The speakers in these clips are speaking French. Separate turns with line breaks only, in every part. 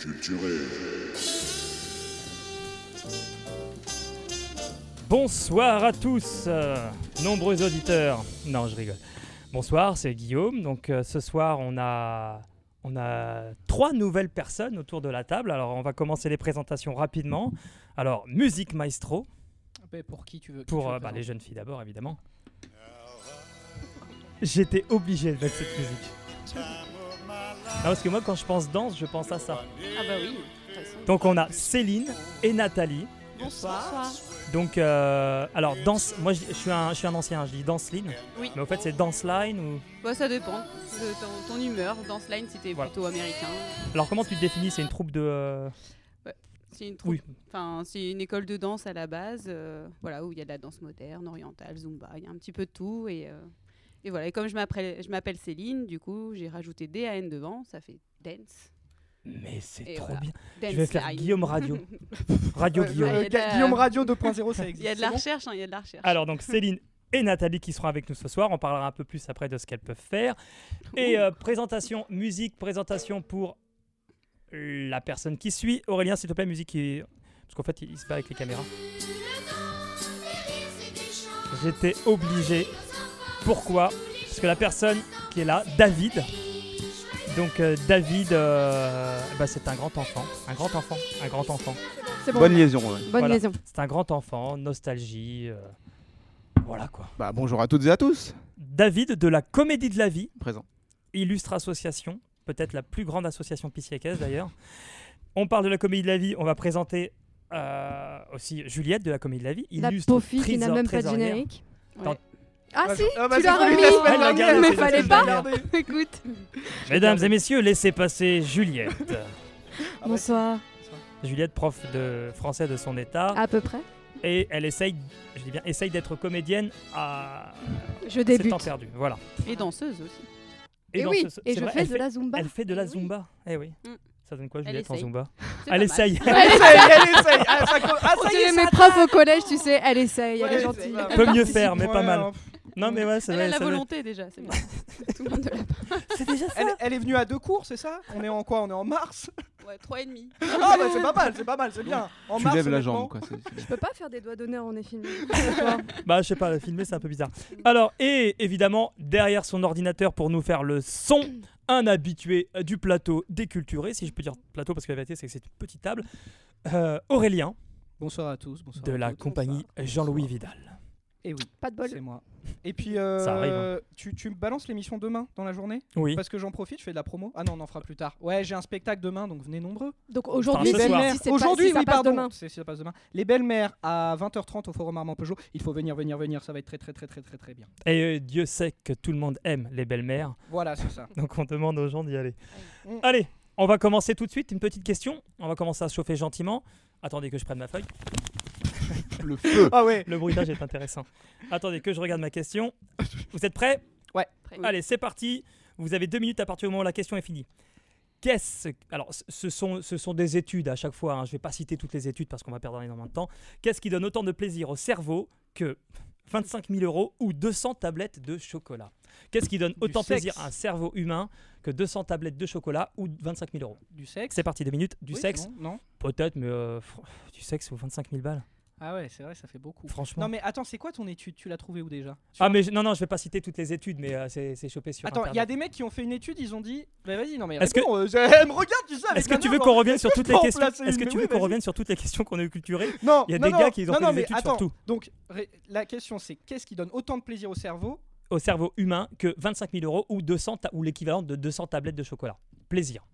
culturelle.
Bonsoir à tous, euh, nombreux auditeurs. Non, je rigole. Bonsoir, c'est Guillaume. Donc euh, ce soir, on a, on a trois nouvelles personnes autour de la table. Alors on va commencer les présentations rapidement. Alors, musique maestro,
Ben, pour qui tu veux qui tu
pour
veux
euh, bah, les
présenter
jeunes filles d'abord, évidemment. J'étais obligé de mettre cette musique. Non, parce que moi, quand je pense danse, je pense à ça.
Ah bah oui, de toute façon.
Donc on a Céline et Nathalie.
Bonsoir.
Donc, euh, alors, danse. Moi, je, je suis un, je suis un ancien, je dis dance line.
Oui.
Mais au fait, c'est dance line ou.
Bah, ça dépend de ton, ton humeur. Dans ce line, c'était
Voilà.
plutôt américain.
Alors, comment tu te définis C'est une troupe de. euh,
C'est une, troupe-
Oui.
enfin, c'est une école de danse à la base, euh, voilà, où il y a de la danse moderne, orientale, zumba, il y a un petit peu de tout. Et, euh, et voilà, et comme je m'appelle je m'appelle Céline, du coup, j'ai rajouté D à N devant, ça fait dance.
Mais c'est
Et
trop
voilà.
bien.
dance
Je vais faire
line.
Guillaume Radio. Radio
Euh,
Guillaume.
ouais.
euh,
Il y a de la-
Guillaume Radio 2.0, ça existe.
Il y a de
c'est
la
bon
recherche, hein, il y a de la recherche.
Alors, donc, Céline et Nathalie qui seront avec nous ce soir. On parlera un peu plus après de ce qu'elles peuvent faire. Et euh, présentation, musique, présentation pour la personne qui suit. Aurélien, s'il te plaît, musique. qui- Parce qu'en fait, il, il se bat avec les caméras. J'étais obligé. Pourquoi Parce que la personne qui est là, David. Donc euh, David, euh, bah, c'est un grand enfant, un grand enfant, un grand enfant.
C'est bon.
Bonne liaison. ouais.
Bonne
voilà.
liaison.
C'est un grand enfant, nostalgie, euh, voilà quoi.
Bah, bonjour à toutes et à tous.
David de la Comédie de la Vie,
Présent.
illustre association, peut-être la plus grande association pissiacaise d'ailleurs. On parle de la Comédie de la Vie, on va présenter euh, aussi Juliette de la Comédie de la Vie,
La
illustre
pauvre fille qui n'a
trésor-
même pas de
trésorière.
générique.
Attends.
Ah si,
Ah, bah,
tu
c'est
l'as
celui de
remis.
la semaine
Elle l'a
dernière,
gardé,
mais
c'est la
fallait
semaine
pas.
dernière.
écoute,
Mesdames et messieurs, laissez passer Juliette.
Bonsoir.
Juliette, prof de français de son état.
À peu près.
et elle essaye, je dis bien, essaye d'être comédienne à
Je
ses
débute.
temps perdus. Voilà.
et danseuse aussi.
Et,
dans
oui,
ce-
et
c'est
je
vrai,
fais
elle
de la zumba.
Elle fait de la
Eh oui.
zumba. Eh oui.
Mm.
Ça donne quoi,
Elle
Juliette, en
essaye.
zumba
C'est pas
Elle
mal.
essaye.
Elle essaye, elle essaye. Ah, ça co- ah, ça
Tu
y est,
sais, mes
ça-
profs au collège, tu sais, elle essaye, elle
Ouais,
est gentille.
c'est-
elle
Peut mieux
participe.
faire, mais pas
Ouais,
mal.
hein.
Non, mais ouais, ça
Elle
doit-
a la
ça doit-
volonté déjà, c'est bien. Tout le monde de la
C'est déjà ça.
Elle, elle est venue à deux cours, c'est ça On est en quoi On est en mars
Ouais, trois et demi.
Ah bah c'est pas mal, c'est pas mal, c'est bien. En
tu
mars,
lèves la
honnêtement.
jambe. Quoi. c'est- c'est-
Je peux pas faire des doigts d'honneur, on est filmé. Tu vois.
Bah, je sais pas, filmer, c'est un peu bizarre. Alors, et évidemment, derrière son ordinateur pour nous faire le son, un habitué du plateau déculturé, si je peux dire plateau, parce que la vérité, c'est que c'est une petite table. euh, Aurélien,
Bonsoir à tous. Bonsoir
de
à
la
toutes.
compagnie Jean-Louis Vidal.
Et oui,
Pas de bol.
c'est moi.
Et puis euh,
Ça arrive, hein.
tu, tu me balances l'émission demain dans la journée
Oui.
Parce que j'en profite, je fais de la promo. Ah non, on en fera plus tard. Ouais, j'ai un spectacle demain, donc venez nombreux.
Donc aujourd'hui,
ce
si-
soir.
si c'est pas-
Aujourd'hui,
si ça
oui,
passe
pardon.
demain.
C'est- si ça passe demain. Les belles-mères à 20h30 au Forum Armand Peugeot. Il faut venir, venir, venir. Ça va être très, très, très, très, très, très bien.
Et euh, Dieu sait que tout le monde aime les belles-mères.
Voilà, c'est ça.
Donc on demande aux gens d'y aller.
Mm.
Allez, on va commencer tout de suite. Une petite question. On va commencer à se chauffer gentiment. Attendez que je prenne ma feuille.
Le feu.
Ah ouais.
Le bruitage est intéressant. Attendez que je regarde ma question. Vous êtes prêts
Après.
Allez, c'est parti. Vous avez deux minutes à partir du moment où la question est finie. Qu'est-ce alors ce- ce sont ce sont des études à chaque fois. hein. Je vais pas citer toutes les études parce qu'on va perdre énormément de temps. Qu'est-ce qui donne autant de plaisir au cerveau que 25 000 euros ou 200 tablettes de chocolat Qu'est-ce qui donne autant
sexe.
plaisir à un cerveau humain que 200 tablettes de chocolat ou 25 000 euros
Du sexe
C'est parti, deux minutes. Du
Oui,
sexe
c'est bon, Non.
Peut-être, mais euh, fr- du sexe ou 25 000 balles
Ah ouais, c'est vrai, ça fait beaucoup.
Franchement.
Non mais attends, c'est quoi ton étude Tu l'as trouvée où déjà
ah, mais je- non, non, je vais pas citer toutes les études, mais euh, c'est c'est chopé sur
Attends, il y a
Internet.
des mecs qui ont fait une étude, ils ont dit Bah vas-y, non mais.
Est-ce que-
réponds, euh, c'est- elle me regarde, tu sais, avec
Est-ce que
la
tu
main,
veux
genre.
qu'on revienne sur toutes les
peux en
questions
placer
Est-ce que
une
tu
Mais
veux
oui,
qu'on
vas-y.
revienne sur toutes les questions qu'on a culturées
Non,
Il y a
non,
des
non,
gars qui ont
non,
fait
non,
des
mais
études
attends.
sur tout.
Donc, ré- la question c'est qu'est-ce qui donne autant de plaisir au cerveau
Au cerveau humain que 25 000 euros ou 200 ta- ou l'équivalent de 200 tablettes de chocolat. Plaisir.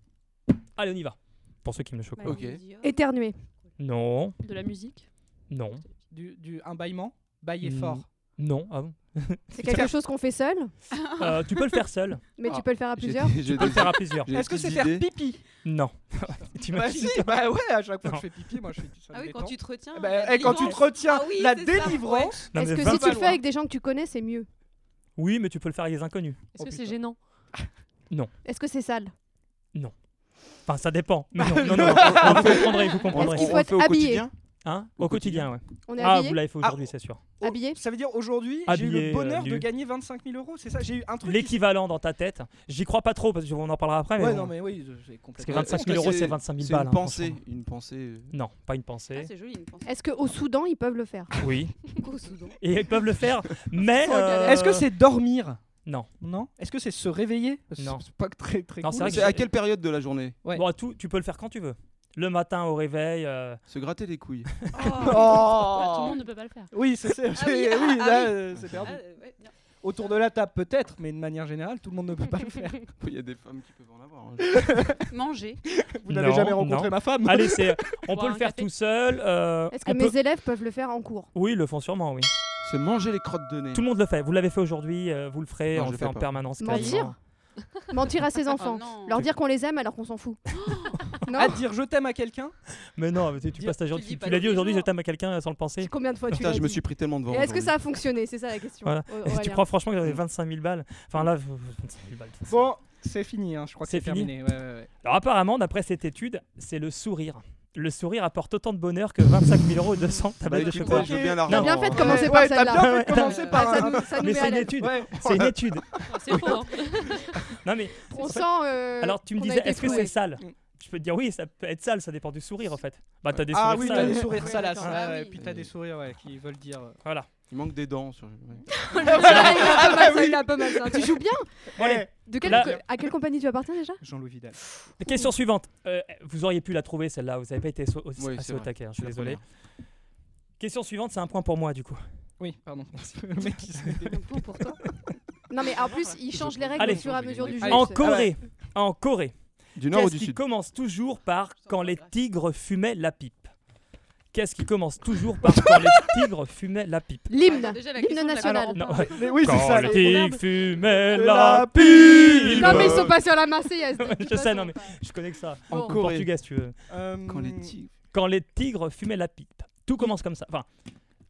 Allez, on y va. Pour ceux qui aiment le chocolat.
Ok.
Éternuer.
Non,
De la musique.
non,
du, du- un bâillement Bailler
Hmm.
Mm.
fort.
non. ah bon
C'est quelque chose qu'on fait seul,
Euh, tu peux le faire seul.
mais tu
Ah,
peux le faire à
J'ai-
plusieurs.
j'ai
Tu peux le
des-
faire à plusieurs.
j'ai des
Est-ce que c'est
petites
faire
idées.
pipi
Non. T'imagines
Bah si, bah ouais, à chaque fois que je fais pipi, moi je fais ça me
Ah oui, quand
détend.
tu te retiens.
Eh
la
ben, eh, quand tu te
délivrance.
retiens
Ah oui,
la
c'est ça,
délivrance,
Non,
Est-ce
mais
que
va
si
pas
tu le fais
loin.
avec des gens que tu connais, c'est mieux
Oui, mais tu peux le faire avec des inconnus.
Oh,
Est-ce que c'est
putain.
gênant
Est-ce que c'est sale
Enfin, ça dépend. Mais non, non, non, non, vous comprendrez, vous
On-
comprendrez.
Est-ce qu'il
on-
faut
on
être
fait au
habillé
quotidien
Hein
Au
Au quotidien, ouais.
On est
Ah,
habillé
vous l'avez fait
Ah,
aujourd'hui, c'est sûr.
Oh,
Habillé
Ça veut dire aujourd'hui, j'ai eu
Habillé,
le
euh,
bonheur de
nu.
gagner 25 000 euros, c'est ça J'ai eu un truc. qui-
L'équivalent dans ta tête. J'y crois pas trop parce qu'on en parlera après. Mais
Ouais,
bon.
non, mais oui, c'est
Parce que
complètement.
Ouais,
25
en
000
tout cas,
euros, c'est
c'est-
25 000
C'est
balles.
une
hein,
pensée,
franchement.
une pensée.
Non, pas une
Ah,
pensée.
c'est joli une pensée.
Est-ce qu'au Soudan, ils peuvent le faire
oui.
Au Soudan.
Et ils peuvent le faire, mais.
Sans galère.
euh,
Est-ce que c'est dormir
Non.
Non. Est-ce que c'est se réveiller Parce que
Non.
C'est pas très très
Non,
cool.
c'est vrai que
C'est à quelle période de la journée
Ouais.
Bon, tout, tu peux le faire quand tu veux. Le matin au réveil. euh,
Se gratter les couilles.
Bah, tout le
Oh
monde ne peut pas le faire.
Oui, c'est c'est-
Ah oui,
c'est- oui,
ah,
là,
ah oui.
euh, c'est perdu.
Ah, euh, ouais, bien.
Autour de la table, peut-être, mais de manière générale, tout le monde ne peut pas le faire.
Il y a des femmes qui peuvent en avoir. hein.
Manger.
Vous n'avez
non,
jamais rencontré
non.
ma femme
Allez, c'est. On peut
Boire
le
un
faire
café.
tout seul. euh,
Est-ce que
on
mes
peut-
élèves peuvent le faire en cours
Oui, ils le font sûrement, oui.
Se manger les crottes de nez.
Tout le monde le fait. Vous l'avez fait aujourd'hui, euh, vous le ferez,
Non,
on
je
le
le
fait
fais
en
pas.
permanence.
Mentir
quasiment.
Mentir à ses enfants
non.
Leur dire qu'on les aime alors qu'on s'en fout Non
Ah,
À dire je t'aime à quelqu'un
Mais non, mais tu, tu
Dis-
passes ta journée.
dis
Tu,
pas
tu l'as
tous
dit
les
aujourd'hui, je
jours.
t'aime à quelqu'un euh, sans le penser.
Combien de fois tu
Putain,
l'as
je me
dit
suis pris tellement de
Et
vent.
est-ce que
aujourd'hui.
ça a fonctionné C'est ça la question.
Voilà.
O-
Si tu
Aurélien.
crois franchement que j'avais 25 000 balles Enfin là, 25 000 balles.
Bon, c'est fini, hein, je crois que
C'est
c'est
fini
terminé. ouais, ouais, ouais.
Alors apparemment, d'après cette étude, c'est le sourire. Le sourire apporte autant de bonheur que 25 000 euros et 200
Bah,
tablettes de
écoute,
chocolat.
je veux bien
T'as
l'argent.
bien fait de commencer
Ouais,
par
ouais, T'as
celle-là.
bien fait de
Ouais.
commencer par
Ah, ça
un-
nous, ça nous
Mais
met à
c'est une
l'aise.
étude.
Ouais.
C'est une étude.
Oh, c'est faux. hein.
Non mais
On
Ouais.
sent. euh,
alors tu me
qu'on a
disais,
été
est-ce que
floués.
c'est sale
Mm.
Je peux te dire oui, ça peut être sale, ça dépend du sourire en fait. Bah t'as des
Ah
sourires
oui, t'as
sales.
des sourires
Ouais,
salaces.
d'accord.
ouais,
Ah
ouais,
oui.
Puis t'as des sourires ouais, qui veulent dire. euh,
Voilà.
Il manque des dents. Sur... ouais.
Ah,
Celui-là, il est un peu mal, celui-là, un peu mal, ça. Ah, bah, Tu joues bien
Bon, allez,
De quelle-
bah, Là-
que- À quelle compagnie tu appartiens déjà
Jean-Louis Vidal.
Eh.
question suivante. Euh, vous auriez pu la trouver celle-là, vous n'avez pas été so- aussi-
Oui, c'est
assez au
vrai.
taquet, hein, je suis
La
désolé.
première.
Question suivante, c'est un point pour moi du coup.
Oui, pardon. Le mec qui se met des-
Un point pour toi.
Non, mais en plus, ils changent les règles
Allez.
au fur et à mesure du jeu.
Allez.
en
c'est- ah
Corée, en Corée,
Du nord ou
Qu'est-ce
du
qui
sud
commence toujours par
Je sens
quand
pas
les
grave.
tigres fumaient la pipe Qu'est-ce qui commence toujours par quand les tigres fumaient la pipe
L'hymne.
Alors, déjà, la
L'hymne
question de la
national.
Coupe
Non.
du Monde.
Mais oui, c'est
Quand
ça.
les
le-
tigres fumaient
La
la
pipe.
pipe
Comme
Bah,
ils sont pas sur la Marseillaise. de toute
Je sais,
façon.
non mais je connais que ça.
En
Bon.
En
Corée.
portugais si tu veux.
euh,
Quand les tigres.
Quand les tigres fumaient la pipe. Tout commence comme ça. Enfin,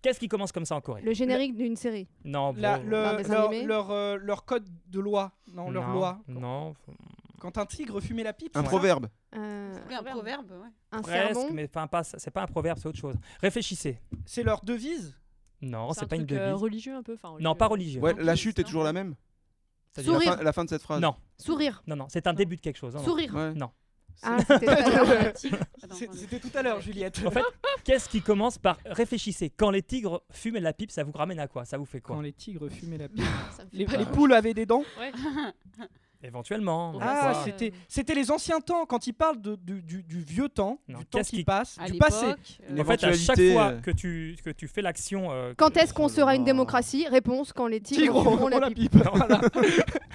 qu'est-ce qui commence comme ça en Corée
Le générique d'une série.
Non, bon,
la- le-
Un dessin
leur,
animé
leur, euh, leur code de loi, non, leur
non,
loi.
Non,
Quand un tigre fumait la pipe,
Un
c'est
proverbe.
Euh,
Oui, un proverbe, ouais.
un
presque,
sermon.
mais enfin, pas, c'est pas un proverbe, c'est autre chose. Réfléchissez.
ça c'est leur devise.
Non, c'est
un
pas une
truc, euh,
devise.
religieux un peu. enfin,
Non, pas religieux.
Ouais, la
c'est
chute est
ça.
toujours la même.
C'est-à-dire-
La
Sourire.
fin, la fin de cette phrase.
Non,
Sourire.
non, non, c'est un début de quelque chose. hein, non.
Sourire.
Ouais.
Non.
Ah, c'était pas mal.
Attends,
C'est-
attends,
C'était tout à l'heure, Juliette.
En fait, qu'est-ce qui commence par réfléchissez Quand les tigres fument la pipe, ça vous ramène à quoi Ça vous fait
Quand
quoi
les tigres fumaient la pipe.
Ça me fait
Les,
pas
les
rire.
poules avaient des dents.
Éventuellement.
Ouais,
Ah,
c'est-
c'était c'était les anciens temps. Quand ils parlent de- du, du- du vieux temps,
Non,
du temps
qu'est-ce
qui,
qui-
passe,
À
du
l'époque,
passé.
euh,
En fait, à chaque
Éventualité,
fois
euh.
que tu, que tu fais l'action. euh,
Quand
que-
est-ce qu'on
Oh là
sera une
là.
démocratie Réponse quand les tigres
Tigre, on,
auront la
la
pipe.
pipe. Voilà.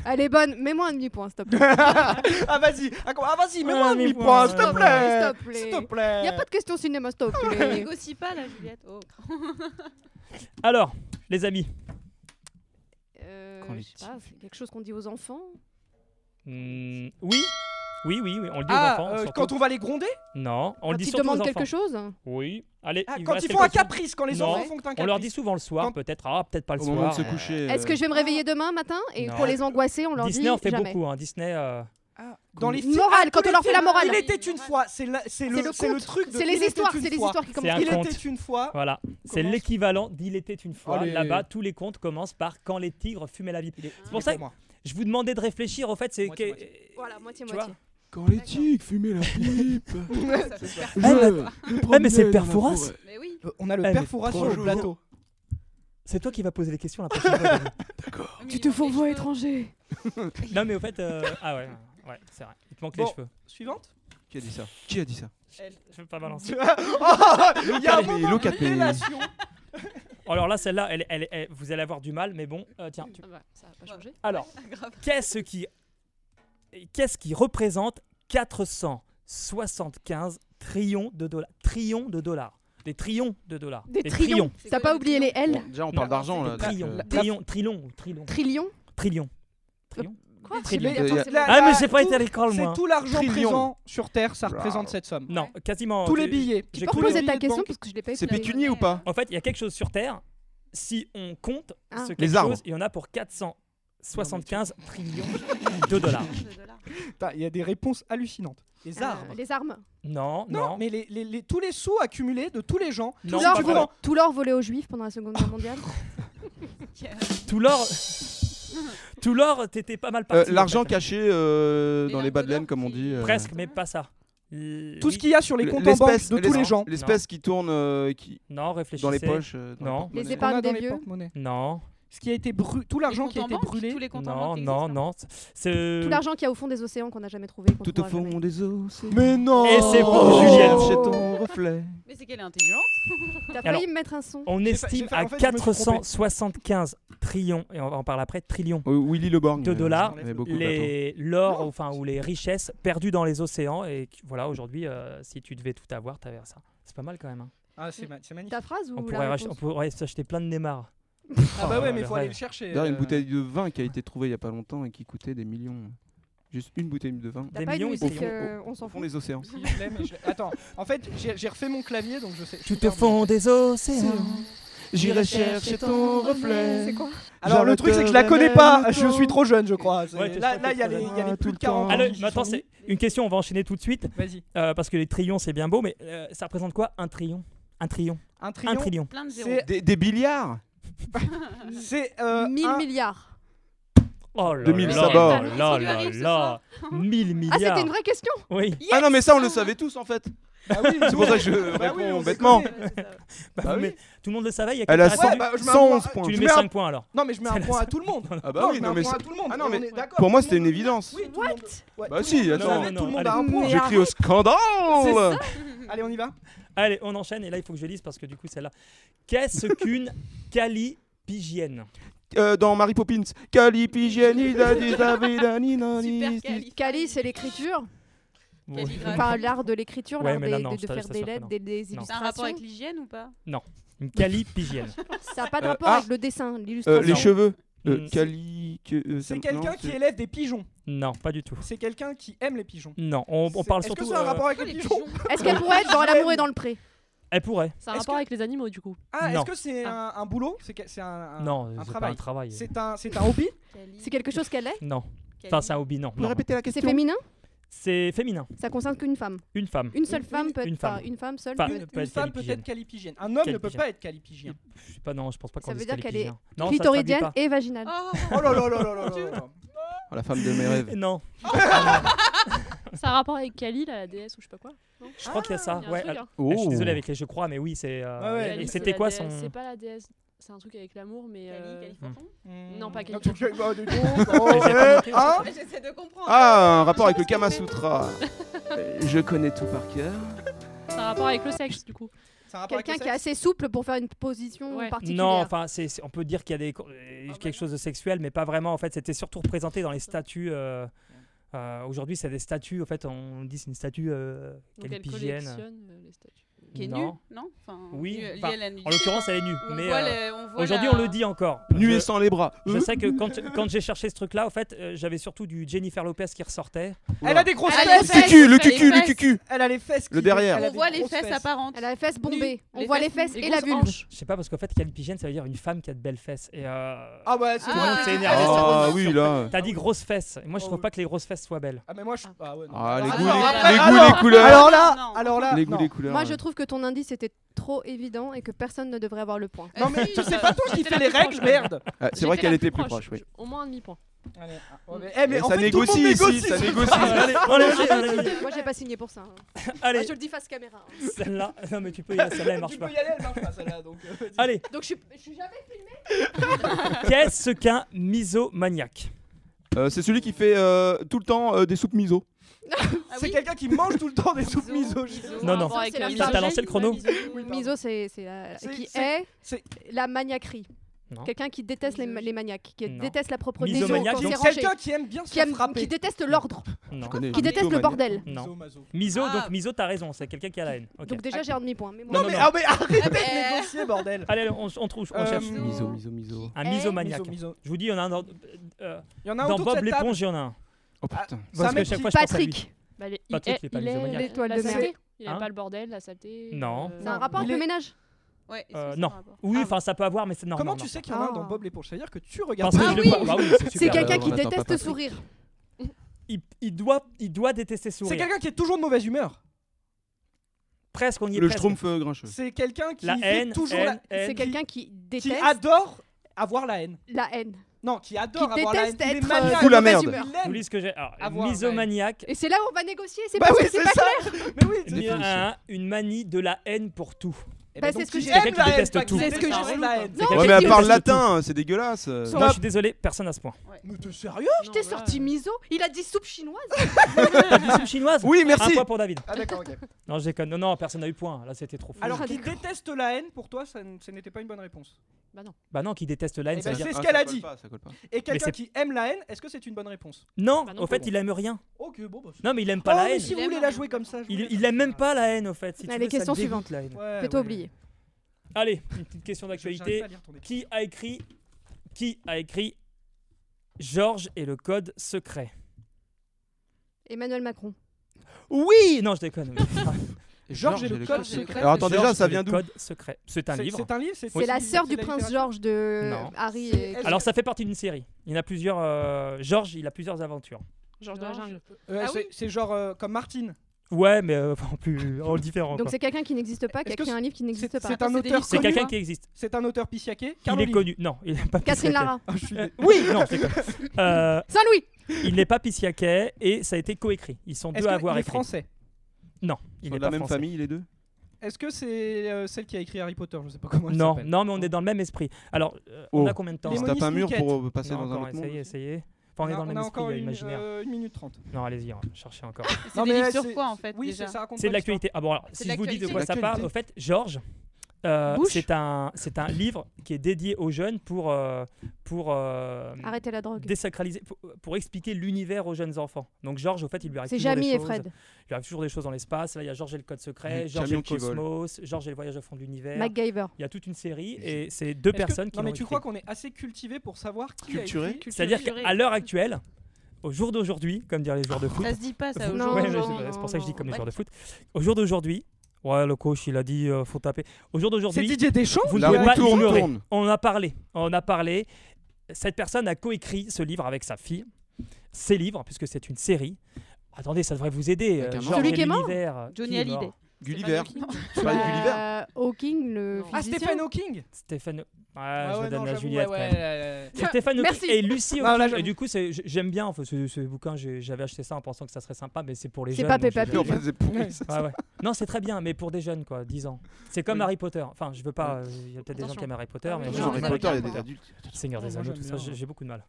Elle est bonne. Mets-moi un demi-point, s'il te plaît.
ah vas-y, ah, ah, vas-y, mets-moi
Ouais,
un
mais
demi-point,
bon,
s'il
euh,
te plaît.
S'il te plaît. Ah,
S'il te plaît.
Il a pas de question cinéma, s'il te
on
plaît.
négocie pas là, Juliette. Oh.
Alors, les amis.
Euh,
Quand les
je sais pas, c'est quelque chose qu'on dit aux enfants.
Hmm, oui Oui, oui, oui, on le dit
Ah,
aux enfants.
euh,
surtout.
quand on va les gronder
Non, on
Quand
le dit
ils
surtout aux
demandent
enfants.
quelque chose.
Oui. Allez,
Ah,
il vous
Quand
reste
ils
quelques
font un
questions.
caprice, quand les
Non.
enfants font que t'as un caprice.
On leur dit souvent le soir,
Quand-
peut-être. Ah, peut-être pas le
Au
soir.
moment de se
euh,
coucher.
Est-ce
euh,
que je vais me réveiller demain matin Et
Non.
pour les angoisser, on leur
Disney en
dit
fait
jamais.
beaucoup. Hein. Disney. euh,
Ah, dans les films.
Morale, quand on leur fait la morale.
Il était une fois, c'est la- c'est
C'est le
le, c'est le
conte.
truc de.
C'est
il
les
était
histoires,
une
c'est les
fois.
histoires qui
C'est un
commencent.
Il
conte.
était une fois.
Voilà, c'est
Commence-
l'équivalent d'Il était une fois.
Allez.
Là-bas, tous les contes commencent par quand les tigres fumaient la vie. C'est pour ça que je vous demandais de réfléchir. Au fait, c'est
Moitié,
que-
Voilà, moitié
Tu vois
moitié.
Quand les tigres fumaient la pipe. je
Eh,
me
eh, mais c'est
promenais dans la
Perforas.
forêt.
Mais oui,
Euh, On a le
Eh, mais
perforat sur
trois
le
jours.
plateau.
C'est toi qui vas poser les questions la prochaine fois. Denis.
mais
Tu
il
te
manque les
fourvoies
cheveux.
étranger.
non mais au fait, euh, ah ouais, ouais, c'est vrai. Il te manque les
Bon.
cheveux.
Suivante.
Qui a dit ça Qui a dit ça
Je veux pas balancer.
Oh, Il y a un
mais
moment
Locat,
de
mais-
délation.
Alors là, celle-là, elle, elle, elle- vous allez avoir du mal, mais bon, euh, tiens. tu-
Ah bah, ça n'a pas
Ouais.
changé.
Alors,
Grave.
qu'est-ce qui, qu'est-ce qui représente 475 trillions de dollars, trillions de dollars, des trillions de dollars,
Des trillions.
C'est
T'as
quoi,
pas
des
oublié les
Bon,
L
Déjà, on
Non,
parle d'argent
des
là.
trillions,
la-
trillions, trillions, ou trillions,
Trillions
trillions, trillions.
Quoi
Trillions.
Il y a-
La-
Ah mais
la-
j'ai pas
bah, tout-
été à l'école
C'est
moi.
tout l'argent
Trillion.
présent sur Terre, ça représente cette somme.
Non, quasiment.
Tous les
j'ai-
billets.
j'ai
Tu peux
cru-
reposer ta
Billets de
question
banque.
parce que je l'ai pas
C'est
écouté.
pétunier ou pas
En fait, il y a quelque chose sur Terre. Si on compte
Ah.
ce quelque
Les arbres.
chose, il y en a pour 475 trillions de dollars.
Trillions de dollars.
Putain, Il y a des réponses hallucinantes. Les
Euh,
arbres.
les armes.
Non,
Non,
non.
mais les, les- les- tous les sous accumulés de tous les gens.
Non,
Tout l'or
pas
volé-
vrai.
Tout l'or volé aux juifs pendant la Seconde Guerre mondiale.
Tout l'or. Tout l'or, t'étais pas mal
Euh,
parti. en
L'argent
fait.
caché euh,
Les
dans les
lampes
bas de
d'or
laine, comme on
qui-
dit. euh,
Presque, mais pas ça. L-
Tout ce qu'il y a sur les comptes en banque
l'espèce-
de tous les gens.
L'espèce qui tourne euh, qui...
Non, réfléchissez.
dans les poches. euh, dans
Non.
Les
porte-monnaie.
épargnes.
Qu'on a dans
des
les
vieux.
porte-monnaies.
Non,
Ce qui a été brûlé, tout l'argent qui a été brûlé.
Tous les comptes en
non,
banque
non, non. C'est.
Tout l'argent qu'il y a au fond des océans qu'on n'a jamais trouvé. qu'on
Tout au
trouvera jamais.
fond des océans.
Mais non
Et c'est
Oh.
pour Juliette.
Chez ton reflet.
Mais c'est qu'elle est intelligente.
T'as
Alors-
failli me mettre un son.
On
J'ai fa- j'ai
estime
fa-
à
en fait, je me suis trompé.
475 trillions, et on va en parler après, trillions,
Euh, Willy Le Borgne.
De
euh,
dollars,
il y avait beaucoup de bateaux.
les l'or, enfin ou les richesses perdues dans les océans. Et qui- voilà, aujourd'hui, euh, si tu devais tout avoir, t'avais ça. C'est pas mal quand même. hein.
Ah, c'est ma- c'est magnifique.
Ta phrase ou
On,
la
pourrait rach- on
réponse
pourrait s'acheter plein de Neymar.
Ah, bah ouais, mais
le
faut aller
rêve.
le chercher.
D'ailleurs, une
euh.
bouteille de vin qui a été trouvée il y a pas longtemps et qui coûtait des millions. Juste une bouteille de vin.
T'as
Des
pas une
millions, ils
musique,
font-
euh, on s'en
Au fond
fout.
des océans.
Si, je l'ai, mais je l'ai- Attends, en fait, j'ai j'ai refait mon clavier, donc je sais. je
Tout
peux
au
faire
fond des océans.
J'irai chercher ton reflet.
C'est quoi
Alors le
Genre
truc
le
c'est que je la
te
connais pas,
remettre
je suis trop jeune je crois. C'est-
Ouais, t'es
là
sûr
là,
que
il y a
tu
les, il y a les
connais
plus de
tout le temps.
40
Ah, le-
qui sont
attends,
mis.
c'est une question, on va enchaîner tout de suite.
Vas-y,
euh, parce que les trillions, c'est bien beau, mais euh, ça représente quoi Un trillion Un trillion
un
Un
trillion.
trillion.
Plein de
C'est-
zéros.
Des, des billiards
C'est euh,
1000
un-
milliards.
Oh là
De mille
là
sabords.
là
Allons,
là
ça lui
là
arrive ce
là
soir.
1000
Ah,
milliards
c'était une vraie question
Oui,
Ah non, mais ça on le savait tous en fait.
Ah oui,
C'est pour ça que je
Bah oui, on
réponds
s'y
bêtement.
connaît.
bah,
Bah
vous
oui.
mettez- tout le monde le savait, il y a
Elle a
quelqu'un
Ouais,
100
bah, je mets un
111
point.
points.
Tu lui
je
mets
mets un-
5 points alors.
Non mais je mets un
C'est la
point à tout le monde.
Ah
Non,
bah
je
oui,
mets
non
un
mais
point à
c'est-
tout le monde.
Ah
on
non, mais
est d'accord,
pour moi
tout le
c'était une
monde-
évidence.
Oui, tout le monde- ouais,
Bah
tout
si,
le monde-
attends.
tout le monde a un
Allez.
point.
Mais
Je crie au
C'est ça.
scandale
Allez, on y va.
Allez, on enchaîne et là il faut que je lise parce que du coup celle-là. Qu'est-ce qu'une calipigienne
Euh, Dans Mary Poppins, Calipigiani, Daddy, David, Dani, Nani,
Super
Sti-
quali.
Cali, c'est l'écriture.
Ouais.
Calligraphe.
Enfin, l'art de l'écriture,
Ouais,
l'art
mais
des-
là, non,
de,
je
de
t'a-
faire
je
des
t'assure que
lettres,
non.
des, des
C'est un rapport
illustrations.
avec l'hygiène ou pas
Une calipigienne.
Ça n'a pas de
Euh,
rapport
ah.
avec le dessin,
Euh,
l'illustration.
Les cheveux.
Mm.
Euh, Cali. que- euh, ça
C'est
me-
quelqu'un
non,
qui
c'est-
élève des pigeons.
Non, pas du tout.
C'est quelqu'un qui aime les pigeons.
Non, on, on
C'est-
parle
Est-ce
surtout.
que c'est un
euh,
rapport avec les
les
pigeons
pigeons
Est-ce qu'elle pourrait être dans l'amour et dans le pré
Elle pourrait.
C'est un
Est-ce
rapport
que-
avec les animaux du coup.
Ah,
Non.
est-ce que c'est un, un boulot C'est que- c'est un, un-
non, c'est pas
travail.
un travail.
C'est un, c'est un hobby
C'est quelque chose qu'elle est
Non. Enfin, c'est un hobby, non.
Vous
non, non.
répétez la
C'est
question
féminin
C'est féminin.
Ça concerne qu'une femme.
Une femme.
Une seule femme peut être.
une femme.
enfin, une femme seule.
Enfin,
Ah,
peut
Une,
être-
peut
une
être
femme peut être calipigène. Un homme ne peut pas être calipigène.
Je sais pas, non, je pense pas qu'on
Ça veut
dise
dire qu'elle est
calipigien. Non, ça se
Clitoridienne
traduit
et vaginale.
Oh là là là là là là là.
Oh, La femme de mes
pas.
rêves.
Non,
C'est un rapport avec Kali, la déesse ou je sais pas quoi.
je crois
Ah,
qu'il y a ça.
Il y a un
Ah, ouais,
truc,
elle-
hein.
Je suis
Oh.
désolé avec les je crois, mais oui, c'est. euh,
Ah Ouais, ouais,
Kali,
Et
c'est
c'était
la
quoi son.
déesse- C'est pas la déesse. C'est un truc avec l'amour, mais. euh, Non, pas
Donc,
calipigène.
je- oh, du coup,
Mais
oh,
j'ai pas noté,
eh, hein
J'essaie de comprendre.
Ah, un rapport avec le Kama Sutra. Euh, Je connais tout par cœur.
C'est un rapport avec le sexe du coup.
C'est un rapport avec le
Quelqu'un qui est
sexe
assez souple pour faire une position
Ouais.
particulière.
Non, enfin, c'est, c'est- on peut dire qu'il y a des, euh, quelque chose de sexuel, mais pas vraiment. En fait, c'était surtout représenté dans les statues. euh, euh, aujourd'hui, c'est des statues. En fait, on dit c'est une statue euh,
Donc elle
calipigienne.
collectionne euh, les statues.
Qui est
Non.
nue, non Enfin,
Oui,
nue-
enfin,
liée à la nudité.
En l'occurrence, elle est nue.
On
mais
voit
euh,
le- on voit
aujourd'hui,
la-
on le dit encore.
Nu et
Je-
sans les bras. Euh
Je sais que quand, quand j'ai cherché ce truc-là, en fait, euh, j'avais surtout du Jennifer Lopez qui ressortait.
Elle a des grosses
Elle a
Le
des
fesses.
fesses.
cucu, le
Elle a des
cucu, le
fesses.
cucu.
Elle a les fesses. qui-
Le derrière.
elle a
On
des
voit les
grosses
fesses apparentes.
Elle a les fesses bombées. On
Les
voit les
fesses
fesses
nues,
et
les
la
grosses
vulve.
hanches.
Je sais pas, parce qu'en fait, calipigienne, ça veut dire une femme qui a de belles fesses. Et euh,
Ah ouais, c'est
Ah,
tout le monde s'est
ah,
énervé.
Ah oui, là.
T'as dit grosses fesses. Et moi, je
Oh,
trouve
oui.
pas que les grosses fesses soient belles.
Ah mais moi je ah ouais. non.
Ah, les
Alors,
goûts,
alors,
les,
après-
les
ah,
goûts,
non.
les couleurs.
Alors là,
Non.
alors là.
les goûts,
non.
les couleurs.
Moi,
ouais.
je trouve que ton indice était trop évident et que personne ne devrait avoir le point.
Non mais tu sais pas toi qui
J'étais
fais
la
les
plus proche,
règles,
quand même.
merde.
Ah,
J'ai
c'est vrai
fait
qu'elle
la
était
plus
plus proche. oui.
Je- Au moins un demi-point.
Allez, ah, ouais, mais- eh, mais
Et
en
ça
fait,
négocie
tout le monde
ici,
négocie.
ça négocie. Ah,
allez, allez, allez, allez,
Moi, j'ai pas signé pour ça. hein. Moi,
allez,
je le dis face caméra. hein.
celle-là. Non, mais tu peux y aller, celle-là, elle marche
Tu
pas.
peux y aller, elle marche pas celle-là donc. euh, vas-y.
Allez,
Donc, je suis- je suis jamais.
qu'est-ce qu'un misomaniaque
Euh, c'est celui qui fait euh, tout le temps euh, des soupes miso.
Ah
C'est
oui.
quelqu'un qui mange tout le temps des
Miso,
soupes miso.
miso.
Non, non.
Rapport avec
C'est
la
la
T'as
miso.
lancé le chrono
Oui, pardon.
Miso, c'est c'est la-
C'est-
qui
c'est-
est,
c'est-
la maniaquerie.
Non.
Quelqu'un qui déteste les, ma- les maniaques, qui
Non.
déteste la propreté,
Miso- Misomaniaque,
quand
donc
c'est
Donc
rangé,
quelqu'un qui aime bien se
qui,
faire
aime- qui
frapper.
déteste l'ordre,
Non,
connais.
qui déteste le
Mythomanie.
bordel.
non.
Miso, maso.
Miso,
Ah.
donc Miso, t'as raison, c'est quelqu'un qui a la haine. Ok.
Donc déjà, j'ai un demi-point. mais moi-
Non
non,
mais
non.
ah, mais arrêtez
Ah, bah,
de négocier bordel.
Allez, on, on trouve, on
Euh,
cherche.
Miso,
Miso, miso, miso.
Un
Eh
misomaniaque.
Miso, miso.
Je vous dis, il y en a un dans, euh,
Il y en a un
dans
autour de
Bob
cette table.
l'éponge, il y en a un.
Oh putain.
C'est un
Parce que
mec
chaque
qui-
fois, je pense à lui.
Patrick,
Bah, les-
Pas
il
toutes
est,
les palmes
il est
isomaniaques.
L'étoile
la
de mer.
saleté. Il aime
Hein
pas le bordel, la saleté.
Non.
euh,
c'est un rapport
Il
avec
est-
le ménage.
Ouais, est-ce que
Euh,
c'est un
non.
rapport
Oui,
Ah,
enfin, ça peut avoir, mais c'est normal.
Comment tu sais qu'il y en a un dans Bob l'éponge C'est-à-dire que tu regardes
Parce que
pas.
je l'ai pas. Bah oui,
C'est
super.
quelqu'un
on
qui
attend pas
déteste
Patrick.
sourire.
il, il doit, il doit détester sourire.
C'est quelqu'un qui est toujours de mauvaise humeur.
Presque, on y est
Le
presque.
schtroumpf euh, grincheux.
C'est quelqu'un qui
La
vit
haine,
toujours
haine,
la...
haine.
C'est quelqu'un qui
qui
déteste
adore avoir la haine.
la haine.
Non, qui
Qui
adore avoir la haine.
déteste
Il est
être
maniaque.
euh,
Fous la
de mauvaise
merde.
humeur.
Il l'aime.
Vous lisez ce que j'ai. Alors,
Avoir, ouais.
misomaniaque,
Et c'est là où on va négocier, c'est
Bah
parce
oui,
que c'est
c'est
pas
ça.
clair.
Mais oui, tu-
Une
ni
définition.
un- une manie de la haine pour tout.
Eh
Bah,
ben
c'est
donc,
ce que
qui
j'ai-
aime
Quelqu'un qui
la haine,
déteste
pas qui
tout.
C'est ce que
déteste
j'ai-
la haine.
C'est
Non, mais
Ouais, mais
quelqu'un
à
qui
part le
déteste tout.
latin, c'est dégueulasse. euh.
Moi, je suis désolé, personne à ce point.
Mais t'es sérieux
Je t'ai sorti miso, il a dit soupe chinoise.
T'as dit soupe chinoise
Oui,
Un
merci.
point pour David.
Ah d'accord, ok.
Non, je déconne. Non, non, personne n'a eu point. Là, c'était trop fou.
Alors
Ah,
qui
d'accord.
déteste la haine, pour toi, ça n- ce n'était pas une bonne réponse.
Bah non, qui déteste la haine,
Eh
ça veut
ben,
dire.
c'est ce
Ah,
qu'elle
ça
a
colle
dit.
pas, ça colle pas.
Et quelqu'un
c'est-
qui aime la haine, est-ce que c'est une bonne réponse
Non,
Bah non,
au fait,
bon.
il aime rien.
Ok, bon bah.
Non, mais il aime
Oh,
pas la
mais
haine.
si
Il
vous
aime
voulez la jouer comme ça, je
Il,
voulais
il
la-
aime même pas la haine, au fait. Si tu
Allez,
veux, ça
question
le dégoûte,
suivante.
la haine.
Ouais,
Plutôt
ouais.
oublié.
Allez, une petite question
J'arrive
d'actualité.
pas à lire ton écrit.
Qui a écrit Qui a écrit Georges et le code secret
Emmanuel Macron.
Oui Non, je déconne.
Georges et le code
secret.
secret.
Alors, attendez,
Georges-
déjà, ça vient d'où
Le code secret. C'est un
C'est-
livre.
C'est un livre. C'est
C'est la sœur du
c'est de la
prince
littérature.
George de
Non.
Harry et...
Est-ce
Alors,
que-
ça fait partie d'une série. Il y en a plusieurs. euh, Georges, il a plusieurs aventures.
Georges de la jungle.
Euh,
Ah
c'est- C'est genre euh, comme Martine.
Ouais, mais euh, en plus en différent.
Donc
quoi.
c'est quelqu'un qui n'existe pas, qui
Est-ce
a
que
écrit un livre qui n'existe
C'est
pas.
c'est un
C'est des
auteur
livres
C'est
connu.
quelqu'un qui existe.
C'est un auteur pissiaqué. Carl
il est
Olive.
connu. Non, il n'est pas
Catherine
Pissiaquet.
Lara.
Ah, je suis dé-
Oui, non, je déconne. Euh,
Saint-Louis
il n'est pas Pissiaquet et ça a été coécrit. Ils sont
Est-ce
deux à avoir
qu'il est
écrit.
français
Il
Ils sont
n'est
de la
pas
même
français.
famille, les deux
Est-ce que c'est euh, celle qui a écrit Harry Potter Je sais pas comment elle
Non,
s'appelle.
non, mais on est dans le même esprit. Alors, euh, on
Oh.
a combien de temps
Les
Ils se
là
monistes
tapent un mur
niquettes.
pour euh, passer
Non,
dans un
encore,
autre monde
essayez, essayez. Enfin, on est dans le
a
même esprit
encore
euh,
une,
imaginaire.
euh, une minute trente.
Non, allez-y, hein, cherchez encore.
C'est des livres sur quoi en fait
Oui,
déjà
c'est ça. raconte
C'est de
pas l'histoire.
l'actualité. Ah bon, alors,
C'est
si
de
je vous dis de quoi ça
l'actualité.
parle, au fait, Georges, euh,
Bush.
c'est un, c'est un livre qui est dédié aux jeunes pour, euh, pour euh,
Arrêtez la drogue.
désacraliser, pour, pour expliquer l'univers aux jeunes enfants. Donc, Georges, au fait, il lui arrive
C'est
toujours des
Jamie et
choses.
Fred.
Il y a toujours des choses dans l'espace. Là, il y a Georges et le code secret,
Le
Georges et le
camion qui vole.
cosmos, Georges et le voyage au fond de l'univers.
MacGyver.
Il y a toute une série et c'est deux
Est-ce que-
personnes qui
Non, mais
l'ont
tu
écrit.
crois qu'on est assez cultivé pour savoir qui a
Culturé
écrit
C'est-à-dire qu'à l'heure actuelle, au jour d'aujourd'hui, comme dire les joueurs de foot,
Ça se dit pas ça
vous-
Non,
Ouais,
aujourd'hui.
mais
non,
c'est- c'est
non,
pour ça que je dis
non.
comme les
Ouais.
joueurs de foot, au jour d'aujourd'hui, ouais, le coach il a dit euh, faut taper. Au jour
C'est
d'aujourd'hui,
Didier Deschamps
vous ne
La
pouvez
roue
pas
tourne,
ignorer.
tourne.
On en a parlé, on en a parlé. Cette personne a coécrit ce livre avec sa fille, ses livres puisque c'est une série. Attendez, ça devrait vous aider.
Avec un
euh,
mort.
Georges
Celui
et
qui est mort
l'univers.
Johnny
Qui est
Hallyday.
mort
Gulliver. Tu parles de Gulliver
Euh, Hawking, le
Non.
Ah,
physicien.
Stephen Hawking
Stéphane.
Ah
Ah, je
ouais,
le donne
non,
à
j'avoue,
Juliette.
ouais,
quand même.
ouais, ouais, ouais.
Et Stéphane Hawking
Merci.
et Lucie
Non, là,
Hawking.
j'avoue.
et du coup, c'est- j- j'aime bien enfin, ce, ce bouquin. j'ai- J'avais acheté ça en pensant que ça serait sympa, mais c'est pour les
C'est
jeunes.
pas
donc
Peppa
j'ai-
Pig.
En fait, c'est pourri.
Ouais.
ça.
Ouais, ouais. Non, c'est très bien, mais pour des jeunes, quoi, 10 ans. C'est comme
Oui.
Harry Potter. Enfin, je veux pas. euh, Il y a peut-être des gens
Attention.
qui aiment Harry Potter,
Ah oui,
mais
non,
moi,
Genre,
j'aime
Harry
pas
Potter, il y a
les-
des adultes.
Seigneur des
Moi,
Anneaux,
j'aime
tout ça,
bien,
j'ai
ouais.
j'ai beaucoup de mal.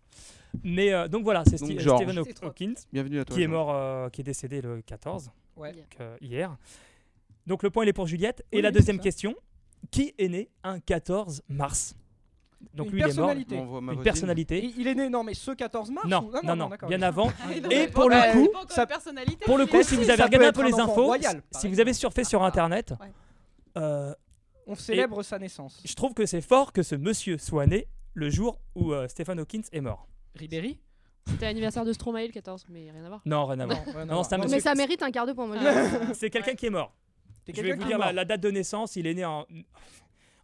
Mais euh, donc voilà, c'est
Donc,
Sti-
George.
Stephen
C'est trop.
Hawking
Bienvenue à toi.
qui est
Jean.
mort, euh, qui est décédé le 14,
Ouais.
donc, euh, hier. Donc le point il est pour Juliette. Et
Oui,
la
oui,
deuxième
c'est ça.
question qui est né un 14 mars Donc
Une
lui, il est mort.
personnalité.
On voit ma
Une
voisine.
personnalité.
Il il est né, non, mais ce 14 mars
Non,
ou- Ah,
non, non,
d'accord,
bien
ok.
avant.
non,
Et
mais
pour le
pas-
coup,
pas comme
ça-
personnalité.
Pour le coup,
Mais
si
si,
vous
ça
avez
peut
regardé un
être
peu
un
les
enfant
infos, si-
royal, par
si vous
exemple.
avez surfé sur Internet,
Ouais.
euh,
On célèbre sa naissance.
je trouve que c'est fort que ce monsieur soit né le jour où euh, Stephen Hawking est mort.
Ribéry
C'était l'anniversaire de Stromae le 14, mais rien à voir.
Non, rien à voir.
ouais,
Non,
non,
ça
non,
me-
Mais
c'est-
ça mérite un quart de point. Moi, je dirais.
Ah.
C'est quelqu'un qui est mort.
t'es
Je vais
quelqu'un
vous
qui est
dire la,
mort.
la date de naissance. Il est né en,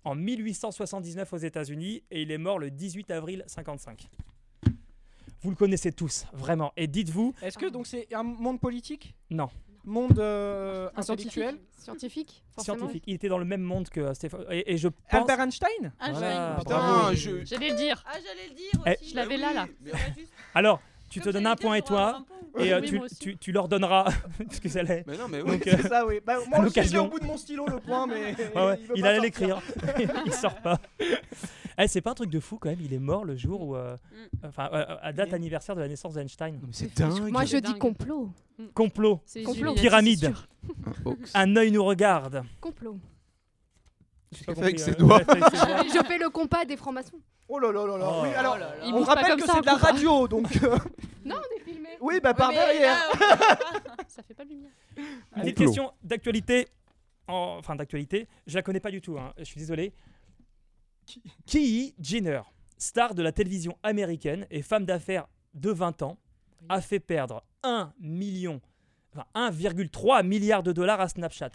en 1879 aux États-Unis et il est mort le 18 avril 55. Vous le connaissez tous, vraiment. Et dites-vous,
Est-ce que donc c'est un monde politique
Non.
Monde euh,
Un
intellectuel
Scientifique forcément.
scientifique, il était dans le même monde que euh, Stéphane. Et, et je pense.
Albert Einstein
Ah,
Voilà.
j'allais-
Putain,
Putain,
oui.
je.
J'allais le dire.
Ah, j'allais le dire
Eh,
aussi.
je l'avais
Ah
là, là.
Alors, tu te donnes un point et toi, et euh,
Oui,
tu,
moi aussi.
tu- tu leur donneras ce que ça l'est.
Mais non, mais oui.
Donc, euh,
C'est ça, oui. Bah, moi aussi, j'ai
l'occasion.
au bout de mon stylo le point, mais.
Ouais, ouais,
veut
il
pas
allait
sortir.
l'écrire. il sort pas. Eh, c'est pas un truc de fou quand même. Il est mort le jour où. euh,
Mm.
Enfin, euh, à date anniversaire de la naissance d'Einstein.
Non, mais c'est dingue.
Moi, je
C'est
dis
dingue.
complot.
Complot.
C'est les
Complot.
Illuminati,
Pyramide.
c'est sûr.
Un hoax.
Un œil nous regarde.
Complot.
J'ai pas
Il fait avec
compris,
ses
euh,
doigts.
ouais, avec ses doigts.
Je fais le compas des francs-maçons.
Oh là là là là.
Oh.
Oui, alors,
Il
on
bouge pas
rappelle
comme
que
ça,
c'est de la
on comprend.
radio, donc. euh,
Non, on est filmé.
oui, bah par derrière.
Ah, Ça fait pas de lumière.
Une
Complot.
petite question d'actualité. En- Enfin, d'actualité. Je la connais pas du tout. hein, Je suis désolé. Kylie Jenner, star de la télévision américaine et femme d'affaires de 20 ans, a fait perdre 1 million, enfin 1,3 milliard de dollars à Snapchat.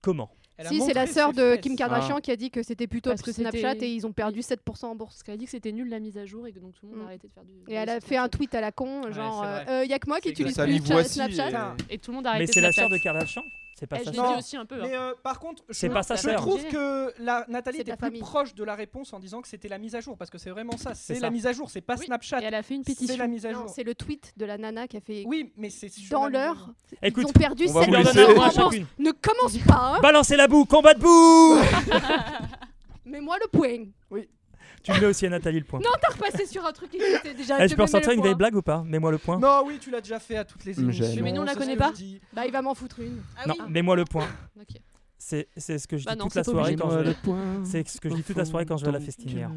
Comment
Elle a
Si, c'est
montré
la
ses
sœur de
fesses.
Kim Kardashian qui a dit que c'était plutôt
Parce
parce que
que c'était-
Snapchat et ils ont perdu 7% en bourse.
Parce qu'elle a dit que c'était nul la mise à jour et que donc tout le monde
Mm.
a arrêté de faire du.
Et elle a fait un tweet à la con,
Ouais,
genre,
c'est
euh,
vrai.
euh, y a que moi qui
C'est
utilise
exact.
plus
Samy
Chat-
voici. euh,
Snapchat.
Putain.
et-
Et tout le monde a
Mais
arrêté
c'est la sœur
Snapchat.
de Kardashian C'est pas
Eh,
sa
Je
sœur
l'ai
Non.
dit aussi un peu. hein.
Mais euh, par contre, je,
C'est pas sa
je
sœur.
trouve que la Nathalie
C'est de
était
la
plus
famille.
proche de la réponse en disant que c'était la mise à jour, parce que c'est vraiment ça. C'est
ça.
la mise à jour, c'est pas
Oui,
Snapchat.
Et elle a fait une
C'est la
pétition.
mise à
Non,
jour.
c'est le tweet de la nana qui a fait
Oui, mais c'est sur
dans
la mise à
l'heure.
jour.
Écoute,
ils ont perdu
on va vous
7% en
laisser. On va
bourse.
chacune.
Ne commence pas, hein
Balancez la boue, combat de boue
Mais moi le point.
Tu me mets aussi à Nathalie le point.
Non, t'as repassé sur un truc qui était déjà.
Eh,
te
je peux
mets le
ressortir une
point.
vieille blague ou pas Mets-moi le point.
Non, oui, tu l'as déjà fait à toutes les
Me gêne.
émissions.
Mais nous, on la
c'est ce
connaît
que
pas.
je dis.
Bah, il va m'en foutre une.
Ah
Non, mets-moi le point.
Ok.
C'est c'est ce que je
Bah
dis
non,
toute la
c'est pas obligé.
soirée quand je vais-
point.
C'est ce que je dis toute la soirée quand je vais à la festinière.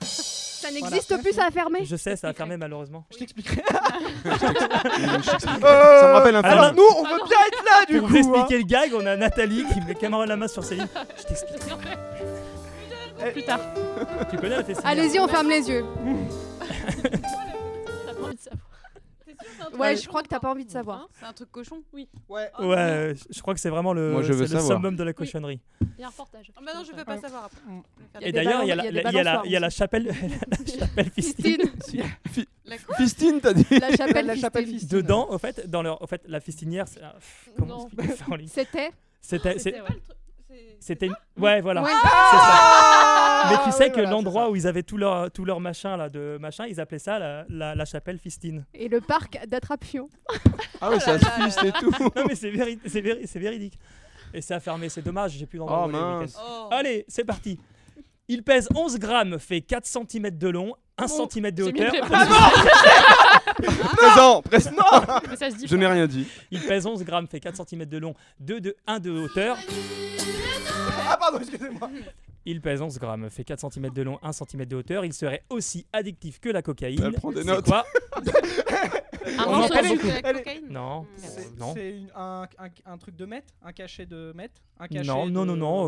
Ça n'existe plus, ça a fermé.
Je sais, ça a fermé malheureusement.
Je t'expliquerai.
Ça me rappelle un
Alors,
film.
Nous, on
Ah
veut bien être là, du
Pour vous
coup. hein.
expliquer le gag, on a Nathalie qui met caméra la main sur Céline. Je t'explique.
Eh,
Plus tard.
Tu connais la festinière
Allez-y, on ferme les yeux.
T'as pas envie de savoir.
Ouais, je crois que t'as pas envie de savoir.
C'est un truc cochon
Oui,
Ouais.
Ouais, euh, je- je crois que c'est vraiment le,
Moi, je veux
c'est le
savoir.
summum de la cochonnerie.
il y a un reportage.
Ah bah non, je veux pas savoir après.
Mm.
Je vais faire
Et
des-
d'ailleurs, il y a
ballons-
la-
il y a des
il y a la-
balançoires
il y a la chapelle la chapelle fistine.
Christine,
La quoi
Fistine, t'as dit
la chapelle.
La chapelle
Christine.
Fistine.
Dedans, au fait, dans leur, au fait, la fistinière, c'est- ah, pff, comment
Non.
expliquer ça en ligne
C'était.
C'était, c'est-
C'était, ouais.
C'est-
c'était, une- ouais, voilà,
Ouais.
c'est ça.
Ah
Mais tu sais
oui,
que
voilà, c'est ça.
l'endroit où ils avaient tout leur, tout leur machin là de machin, ils appelaient ça la, la, la chapelle fistine.
Et le parc d'attractions.
Ah ouais, ça se fiste et tout.
Non mais c'est véri- c'est véri- c'est véridique. Et ça a fermé, c'est dommage, j'ai plus d'endroit.
Oh,
où aller le
mince.
week-end.
Oh.
Allez, c'est parti. Il pèse 11 grammes, fait 4 cm de long, 1
Bon,
cm de
C'est mieux
hauteur.
que les
Présent, présent.
premiers, mais ça se dit.
Je n'ai rien dit.
Il pèse 11 grammes, fait 4 cm de long, 2 de 1 de hauteur.
Ah, pardon, excusez-moi.
Il pèse 11 grammes, fait 4 cm de long, 1 cm de hauteur. Il serait aussi addictif que la cocaïne.
Elle prend des
C'est
notes.
quoi
Un
On en
morceau
parle
de-
beaucoup.
C'est la
Allez.
cocaïne
Non.
Mm.
C'est
Euh, non.
c'est une- un, un, un truc de mètre Un cachet de mètre un cachet
Non, non,
de-
non, non.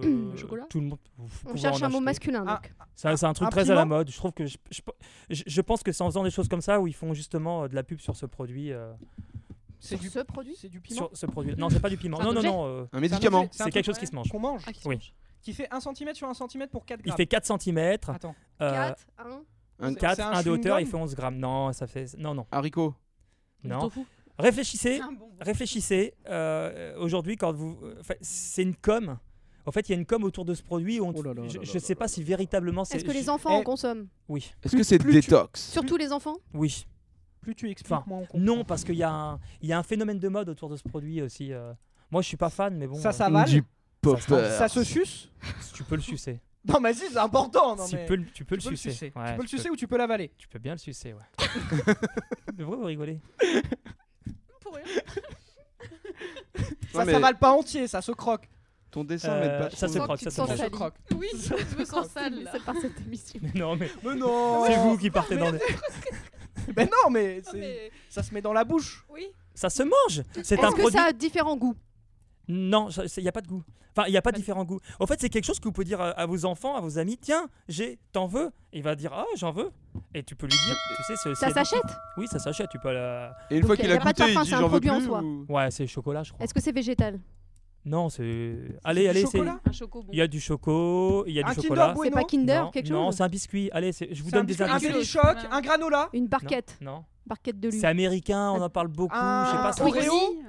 euh,
chocolat
Tout le monde. vous
On
pouvez
cherche
en
un mot
acheter.
masculin
Ah.
donc.
Ça, C'est un truc
Un
très à la
piment
mode. Je trouve que je, je- je- je pense que c'est en faisant des choses comme ça où ils font justement euh, de la pub sur ce produit. euh,
C'est
Sur
du,
ce produit.
c'est du piment.
sur ce produit. Non, c'est pas du piment.
C'est un
Non, non,
objet
non. euh,
Un
C'est un
médicament.
objet-
c'est
un
quelque
truc
chose qui se mange.
Qu'on mange,
Ah, qui se
Oui.
mange.
qui fait 1 cm sur 1 cm pour 4
Il
grammes.
fait 4 cm,
Attends.
Euh,
4, 1.
c'est-
Un
c'est
4,
un
1 de hauteur, il
chewing-gum
fait 11 grammes. Non, ça fait. Non, non.
Haricot.
Du
Non.
tofu.
Réfléchissez.
Un bonbon.
Réfléchissez. euh, Aujourd'hui, quand vous. enfin, C'est une com. En fait, il y a une com autour de ce produit. où on-
Oh là là
je
là
je
là
sais pas si véritablement c'est.
Est-ce que
je-
les enfants en
Eh.
consomment
Oui,
Est-ce que c'est détox
Surtout les enfants
oui.
Plus tu expliques,
Enfin,
moins on comprend.
Non, parce qu'il y, a un- il y a un phénomène de mode autour de ce produit aussi. euh. Moi, je suis pas fan, mais bon.
Ça
euh,
s'avale
Du popper.
Ça se suce
Tu peux le sucer.
Non, mais si, c'est important. Non,
Si,
mais...
peux le- tu peux
tu peux
le sucer. Ouais,
tu peux le
tu peux-
sucer ou tu peux l'avaler.
Tu peux bien le sucer, ouais. Pourquoi vous rigolez
Pour rien.
Ça
mais-
s'avale pas entier, ça se croque.
Ton dessin
Euh,
m'aide pas.
ça
trop.
se
Sans
croque,
que
ça
tu
se
te
Ça
croque.
sens
se
sali.
croque.
Oui, je me sens sale. là.
C'est par cette émission.
Mais non, mais
Mais non
c'est vous qui partez dans des...
Mais non, mais,
Ah,
c'est-
mais-
ça se met dans la bouche.
Oui.
Ça se mange C'est un
Est-ce que
produit...
ça a différents goûts
Non, il n'y a pas de goût. Enfin, il n'y a pas différents goûts. En fait, c'est quelque chose que vous pouvez dire à, à vos enfants, à vos amis, tiens, j'ai, t'en veux Il va dire, ah, j'en veux. Et tu peux lui dire, tu sais, c'est...
Ça
c'est-
s'achète
Oui, ça s'achète, tu peux... la-
Et une fois
Ok,
qu'il
y
a
a pas de
goûté, il
parfum,
dit
c'est un
j'en veux
produit en
plus.
soi.
ou-
Ouais, c'est chocolat, je crois.
Est-ce que c'est végétal
Non, c'est... Allez,
du
allez, c'est...
chocolat
Un chocobon.
Il y a du choco, il y a
Un
du
Kinder
chocolat.
Bueno.
C'est pas Kinder
non,
quelque
non,
chose
c'est un biscuit. Allez, c'est- je vous
C'est un
donne des
biscuit, un
indices.
indices.
Daily Shock, un granola.
Une barquette,
Non, non.
barquette de lune.
C'est américain, on en parle beaucoup. Je sais
Un
pas. ça-
Oreo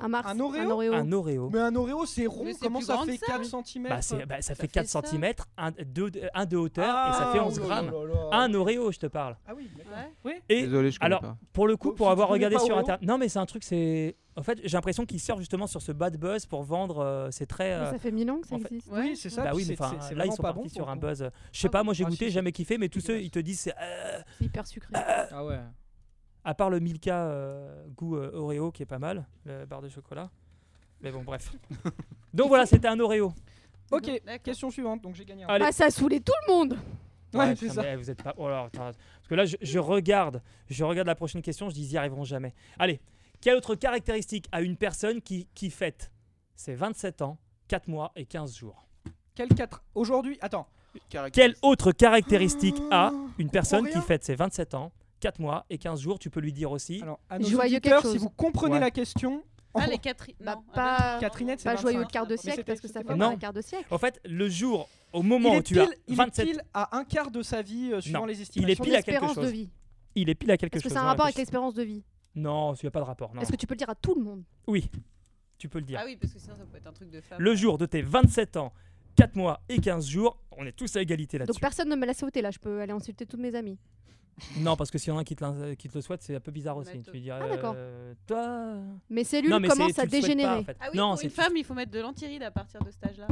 Un Mars,
un Oreo
Un Oreo.
Mais un Oreo, c'est rond.
Mais c'est
Comment
plus
ça
grand
fait Ah,
que ça
4 cm
Bah, c'est- bah, ça fait
fait
4
ça.
cm, 1 de hauteur et ça fait
oh
11 grammes. Un Oreo, je te parle.
Ah oui, d'accord.
Ouais.
Oui.
Et
Désolé, je connais
Alors-
pas.
pour le coup,
Oh,
pour
tu
avoir
connais
regardé
pas
sur
Oreo
internet. Non, mais c'est un truc, c'est. En fait, j'ai l'impression qu'ils servent justement sur ce bad buzz pour vendre. euh, c'est très. euh,
Ça fait mille ans que ça
en fait-
existe.
Ouais.
Oui, c'est ça.
Bah
puis
oui, mais
c'est-
enfin,
c'est-
là
c'est
ils
vraiment
sont
pas
partis
bon
sur
pour
un
le coup.
buzz. Je sais
Ah
pas,
bon
moi j'ai
Ah,
goûté,
si,
j'ai
si.
jamais kiffé, mais tous ceux
Dégueulasse.
ils te disent, c'est, euh,
C'est hyper sucré.
Ah ouais.
à part le Milka euh, goût euh, Oreo qui est pas mal, le barre de chocolat. Mais bon, bref. Donc voilà, c'était un Oreo.
Ok,
D'accord.
question suivante. Donc j'ai gagné un.
Allez.
Ah, ça a saoulé tout le monde
Ouais,
Ouais,
c'est
putain,
ça.
mais vous êtes pas. oh là, attends, parce que là, je, je regarde, je regarde la prochaine question. Je dis, ils y arriveront jamais. Allez, quelle autre caractéristique a une personne qui, qui fête ses 27 ans, 4 mois et 15 jours
Quel 4 Aujourd'hui, attends. Ah.
Quelle autre caractéristique a une personne
rien.
qui fête ses 27 ans, 4 mois et 15 jours Tu peux lui dire aussi.
Alors, à nos
Joyeux
auditeurs,
quelque
si
chose.
vous comprenez
Ouais.
la question,
Ah, les Catherine.
Bah,
non, ah
pas-
bah non,
Catherinette, c'est
Pas joyeux
vingt-cinq.
quart de
Mais
siècle,
c'était
parce
ce
que
que
ça fait
c'était.
pas
Non.
un quart de siècle.
En fait, le jour, au moment
il est,
où tu as
pile, il est
27,
pile à un quart de sa vie, euh, suivant
Non.
les
il est
estimations.
pile à quelque
L'espérance de
chose.
vie.
Il est pile à quelque
Est-ce que
chose.
ça a un
hein,
rapport avec
quelque chose.
l'espérance de vie
Non, il n'y a pas de rapport. Non,
Est-ce que tu peux le dire à tout le monde
tu peux le dire.
Ah oui, parce que sinon ça peut être un truc de femme.
Le jour de tes 27 ans, 4 mois et 15 jours, on est tous à égalité
Donc
là-dessus.
personne ne me l'a sauté là, je peux aller insulter toutes mes amies.
Non, parce que s'il y en a un qui te, l'in- qui te le souhaite, c'est un peu bizarre aussi.
Matos.
Tu lui dirais,
Ah, d'accord.
euh, toi.
Mes cellules
non, mais c'est-
commencent
tu
à
le souhaites pas,
dégénérer.
en fait.
Ah oui,
non,
pour une
c'est
femme, il faut mettre de l'antiride à partir de cet âge-là.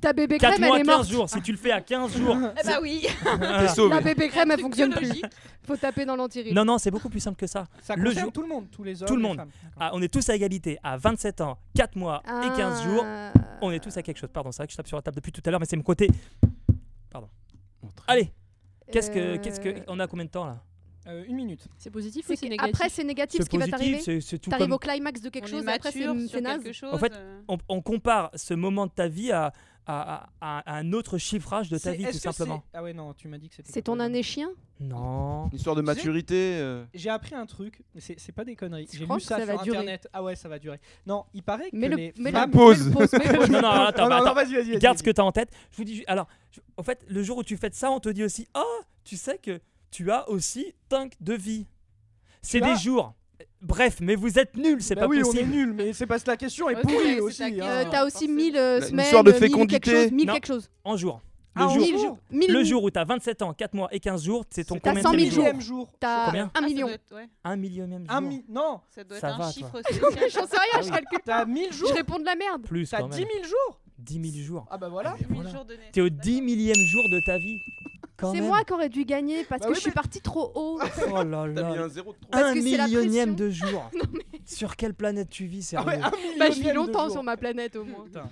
Ta bébé
4
crème,
mois,
elle est
15
morte.
jours. Si tu le fais à 15 jours.
eh bah oui,
Voilà.
T'es sauvé.
La bébé crème, elle fonctionne plus.
biologique.
Faut taper dans l'antiride.
Non, non, c'est beaucoup plus simple que ça.
Ça
Le
concerne
jour-
tout le monde, tous les hommes,
Tout le
les
monde.
femmes. D'accord.
Ah, on est tous à égalité à 27 ans, 4 mois et 15 jours.
Ah.
On est tous à quelque chose. Pardon, c'est vrai que je tape sur la table depuis tout à l'heure, mais c'est mon côté. Pardon. Allez, qu'est-ce que, qu'est-ce que,
Euh,
on a combien de temps là
Euh, une minute.
C'est positif ou
c'est
c'est
que-
négatif
Après, c'est négatif
C'est
ce qui va
positif,
t'arriver.
c'est c'est tout
T'arrives
comme.
au climax de quelque
On
chose
est
et après, c'est
mature sur
c'est naze.
quelque chose.
En fait,
euh.
On, on compare ce moment de ta vie à, à, à- à un autre chiffrage de ta
C'est-
vie, tout
est-ce que
simplement.
c'est- Ah ouais, non, tu m'as dit que c'était.
C'est ton
quatre-vingt-dix.
année chien
Non.
Une histoire de maturité. euh,
J'ai appris un truc, mais c'est c'est pas des conneries.
Tu
J'ai
crois
lu
que
ça,
ça va
sur
durer
internet. Ah ouais, ça va durer. Non, il paraît que
Mais le
les
mais Ah, le-
femmes. Ah,
mais le pause, mais le pause.
Non, non, attends, bah,
non,
attends.
vas-y, vas-y. vas-y,
Garde ce
vas-y.
que t'as en tête. Je vous dis, ju- alors, je- en fait, le jour où tu fais ça, on te dit aussi, oh, tu sais que tu as aussi 5 de vie. C'est
Tu
des
as-
jours. Bref, mais vous êtes nuls, c'est
Bah
pas
oui, on est
possible.
nul, mais c'est parce que la question est
Ok, c'est
pourrie
ta
aussi.
question.
hein.
Euh, T'as aussi
forcément.
1000 euh,
Une
semaines,
histoire de
1000
fécondité.
quelque chose, 1000
Non.
quelque chose.
En jours.
Ah,
le
en
jour.
jour.
Mille-
Le jour où t'as 27 ans, 4 mois et 15 jours, c'est ton
C'est ta
combien
100 000
jours
jours.
millième jour.
T'as
Combien
un
Ah, ça
million.
doit être- ouais,
Un millionième jour.
Un mi- Non,
Ça doit être
Ça
un
va, toi.
chiffre
J'en
spécial.
sais rien, je calcule.
t'as 1000
Je
jours.
réponds de la merde.
Plus
T'as
quand
10
même.
000 jours.
10 000 jours.
Ah bah voilà.
Mais voilà.
1000 jours de naissance,
T'es au
d'accord.
10 millième jour de ta vie. Quand
C'est
même.
moi qui aurais dû gagner parce
Bah
que
oui,
je suis
mais-
partie trop
Oh
haut.
là
T'as mis
là.
un zéro de trop.
Parce
Un
que c'est la
millionième
pression.
de jour. Sur quelle planète tu vis,
Ah
sérieux
ouais, un
Bah,
millionième
je vis
de
longtemps
jour.
sur ma planète au moins.
Putain.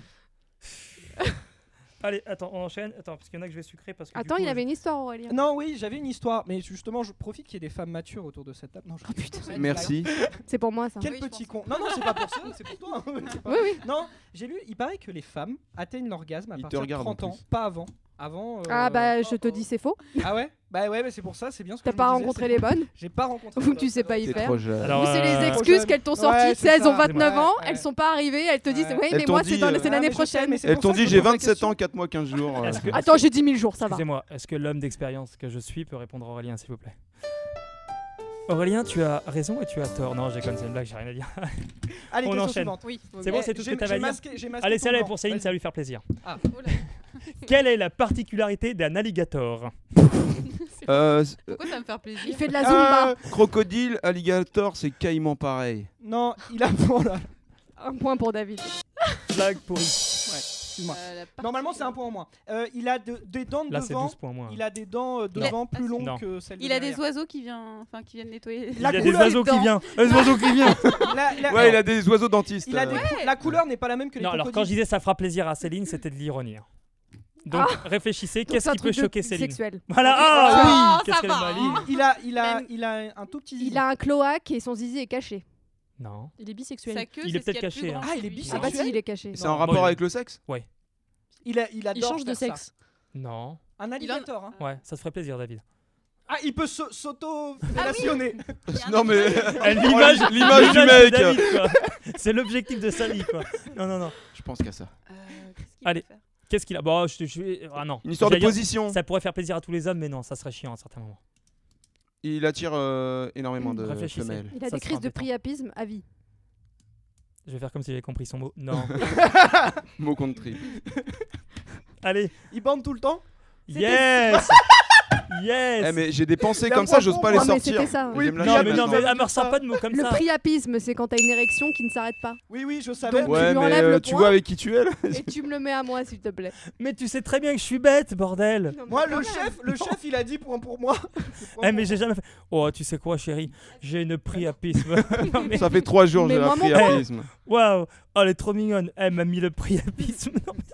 Allez, attends, on enchaîne. Attends, parce qu'il y en a que je vais sucrer. Parce que
Attends, il avait une histoire, Aurélien.
Non, oui, j'avais une histoire, mais justement, je profite qu'il y ait des femmes matures autour de cette table. Non, je-
Oh,
C'est une
Merci.
C'est pour moi ça.
blague. Quel
Oui, je
petit con. Non, non, c'est pas pour ça, c'est pour toi. hein. C'est pas-
Oui, oui.
Non, j'ai lu, il paraît que les femmes atteignent l'orgasme à
Ils te
partir de
regardent en
30 ans,
plus.
pas avant. Avant. euh,
Ah bah, je
oh,
te
oh.
dis, c'est faux.
Ah ouais Bah ouais, mais c'est pour ça, c'est bien ce que
T'as
je
pas
me disais,
rencontré
c'est
les
pour-
bonnes
J'ai pas rencontré. Euh,
ou tu sais pas y
T'es
faire.
trop jeune.
Alors,
Ou c'est les
euh,
ex-
excuses
jeune.
qu'elles t'ont
Ouais,
sorties,
c'est ça,
16 ont
ouais,
29 ans,
ouais.
elles sont pas arrivées, elles te disent
Ouais.
oui
Elles
mais
t'ont
moi c'est
dit,
dans-
euh,
ah,
c'est l'année prochaine.
Elles t'ont dit j'ai 27 ans, 4 mois, 15 jours. euh,
Est-ce que-
Attends j'ai 10 000 jours, ça va.
Excusez-moi, est-ce que l'homme d'expérience que je suis peut répondre à Aurélien, s'il vous plaît Aurélien, tu as raison et tu as tort. Non, j'ai c'est une blague, j'ai rien à dire.
Allez,
On
question
enchaîne.
suivante. Eh,
Oui.
C'est bon, c'est tout ce que t'avais à dire Allez, celle-là est pour Céline, ça va lui faire plaisir.
Oh là,
Quelle est la particularité d'un alligator
euh, c-
Pourquoi ça me faire
Il
plaisir
fait de la zumba.
euh, crocodile, alligator, c'est caïman pareil.
Non, il a. Oh là,
Un point pour David.
Blague pourrie.
excuse-moi.
Euh, la partie-
Normalement, c'est un point en moins. Euh, il a de- des dents de
Là, c'est
devant.
12 points moins.
Il a des dents euh,
Non.
devant plus longues
Non.
que celles de
Il a des
derrière.
oiseaux qui viennent, enfin, qui viennent nettoyer.
Il
La
y a des
couleur
oiseaux
des
qui
dents.
viennent. Les oiseaux qui viennent.
La- la-
Ouais, il a des oiseaux dentistes.
il a des
euh.
cou- La couleur n'est pas la même que les
Non, alors quand je
crocodiles.
disais ça fera plaisir à Céline, c'était de l'ironie. hein. Donc réfléchissez,
Ah. Donc,
qu'est-ce
c'est un
qui peut
truc de-
choquer Céline
sexuel.
Voilà, ah
Oh,
oui Qu'est-ce
ça
qu'elle est
va,
maligne
hein.
Il a, il a,
Même-
il a un tout petit.
Il a un cloaque et son zizi est caché.
Non.
Il est bisexuel.
Sa queue,
Il est
c'est ce
peut-être
qu'il y a de plus
caché,
grand
hein.
chez
Ah, il est
lui.
bis-
Ah bah si, il est caché.
C'est en
Non,
rapport
bon,
avec le sexe
Il a, il
Il
adore
change de
faire ça.
sexe.
Non.
Un alligator. hein.
Ouais, ça te ferait plaisir, David.
Ah, il peut se- s'auto-fellationner.
Il y a un
Non mais
Oh,
L'image,
l'image du
de
mec.
David, quoi. C'est l'objectif de sa vie, quoi. Non, non, non.
Je pense qu'à ça.
Euh, qu'est-ce qu'il
Allez.
peut faire
Qu'est-ce qu'il a Bon, je, je- ah non.
Une histoire de
J'allais dire,
position.
Ça pourrait faire plaisir à tous les hommes, mais non, ça serait chiant à certains moments.
Il attire euh, énormément de
Réfléchissez.
femelles.
Il a
Ça,
des
c'est
crises de
embêtant.
priapisme à vie.
Je vais faire comme si j'avais compris son mot. Non.
Mot contre triple.
Allez.
Il bande tout le temps.
Yes Yes
Eh, mais j'ai des pensées
La
comme ça, j'ose pas
profonde.
les
Non, mais
sortir.
c'était ça. hein.
J'aime la
Non,
chaîne,
mais non,
maintenant.
mais elle me ressort pas de mots comme
Le
ça.
priapisme, c'est quand t'as une érection qui ne s'arrête pas.
Oui, oui, je
Ah,
savais.
Donc,
mais-
Ouais,
lui
mais
enlèves le
euh, tu
point.
vois avec qui tu es là
Et tu me le mets à moi, s'il te plaît.
Mais tu sais très bien que je suis bête, bordel.
Moi,
Ah,
le chef, le chef, il a dit point pour moi.
Eh, mais j'ai jamais fait. Oh, tu sais quoi, chérie J'ai une priapisme. non, mais.
Ça fait trois jours
Mais
j'ai
moi, mon
appris
point.
à prisme.
Waouh Oh, elle est trop mignonne. Elle m'a mis le priapisme. Non, mais-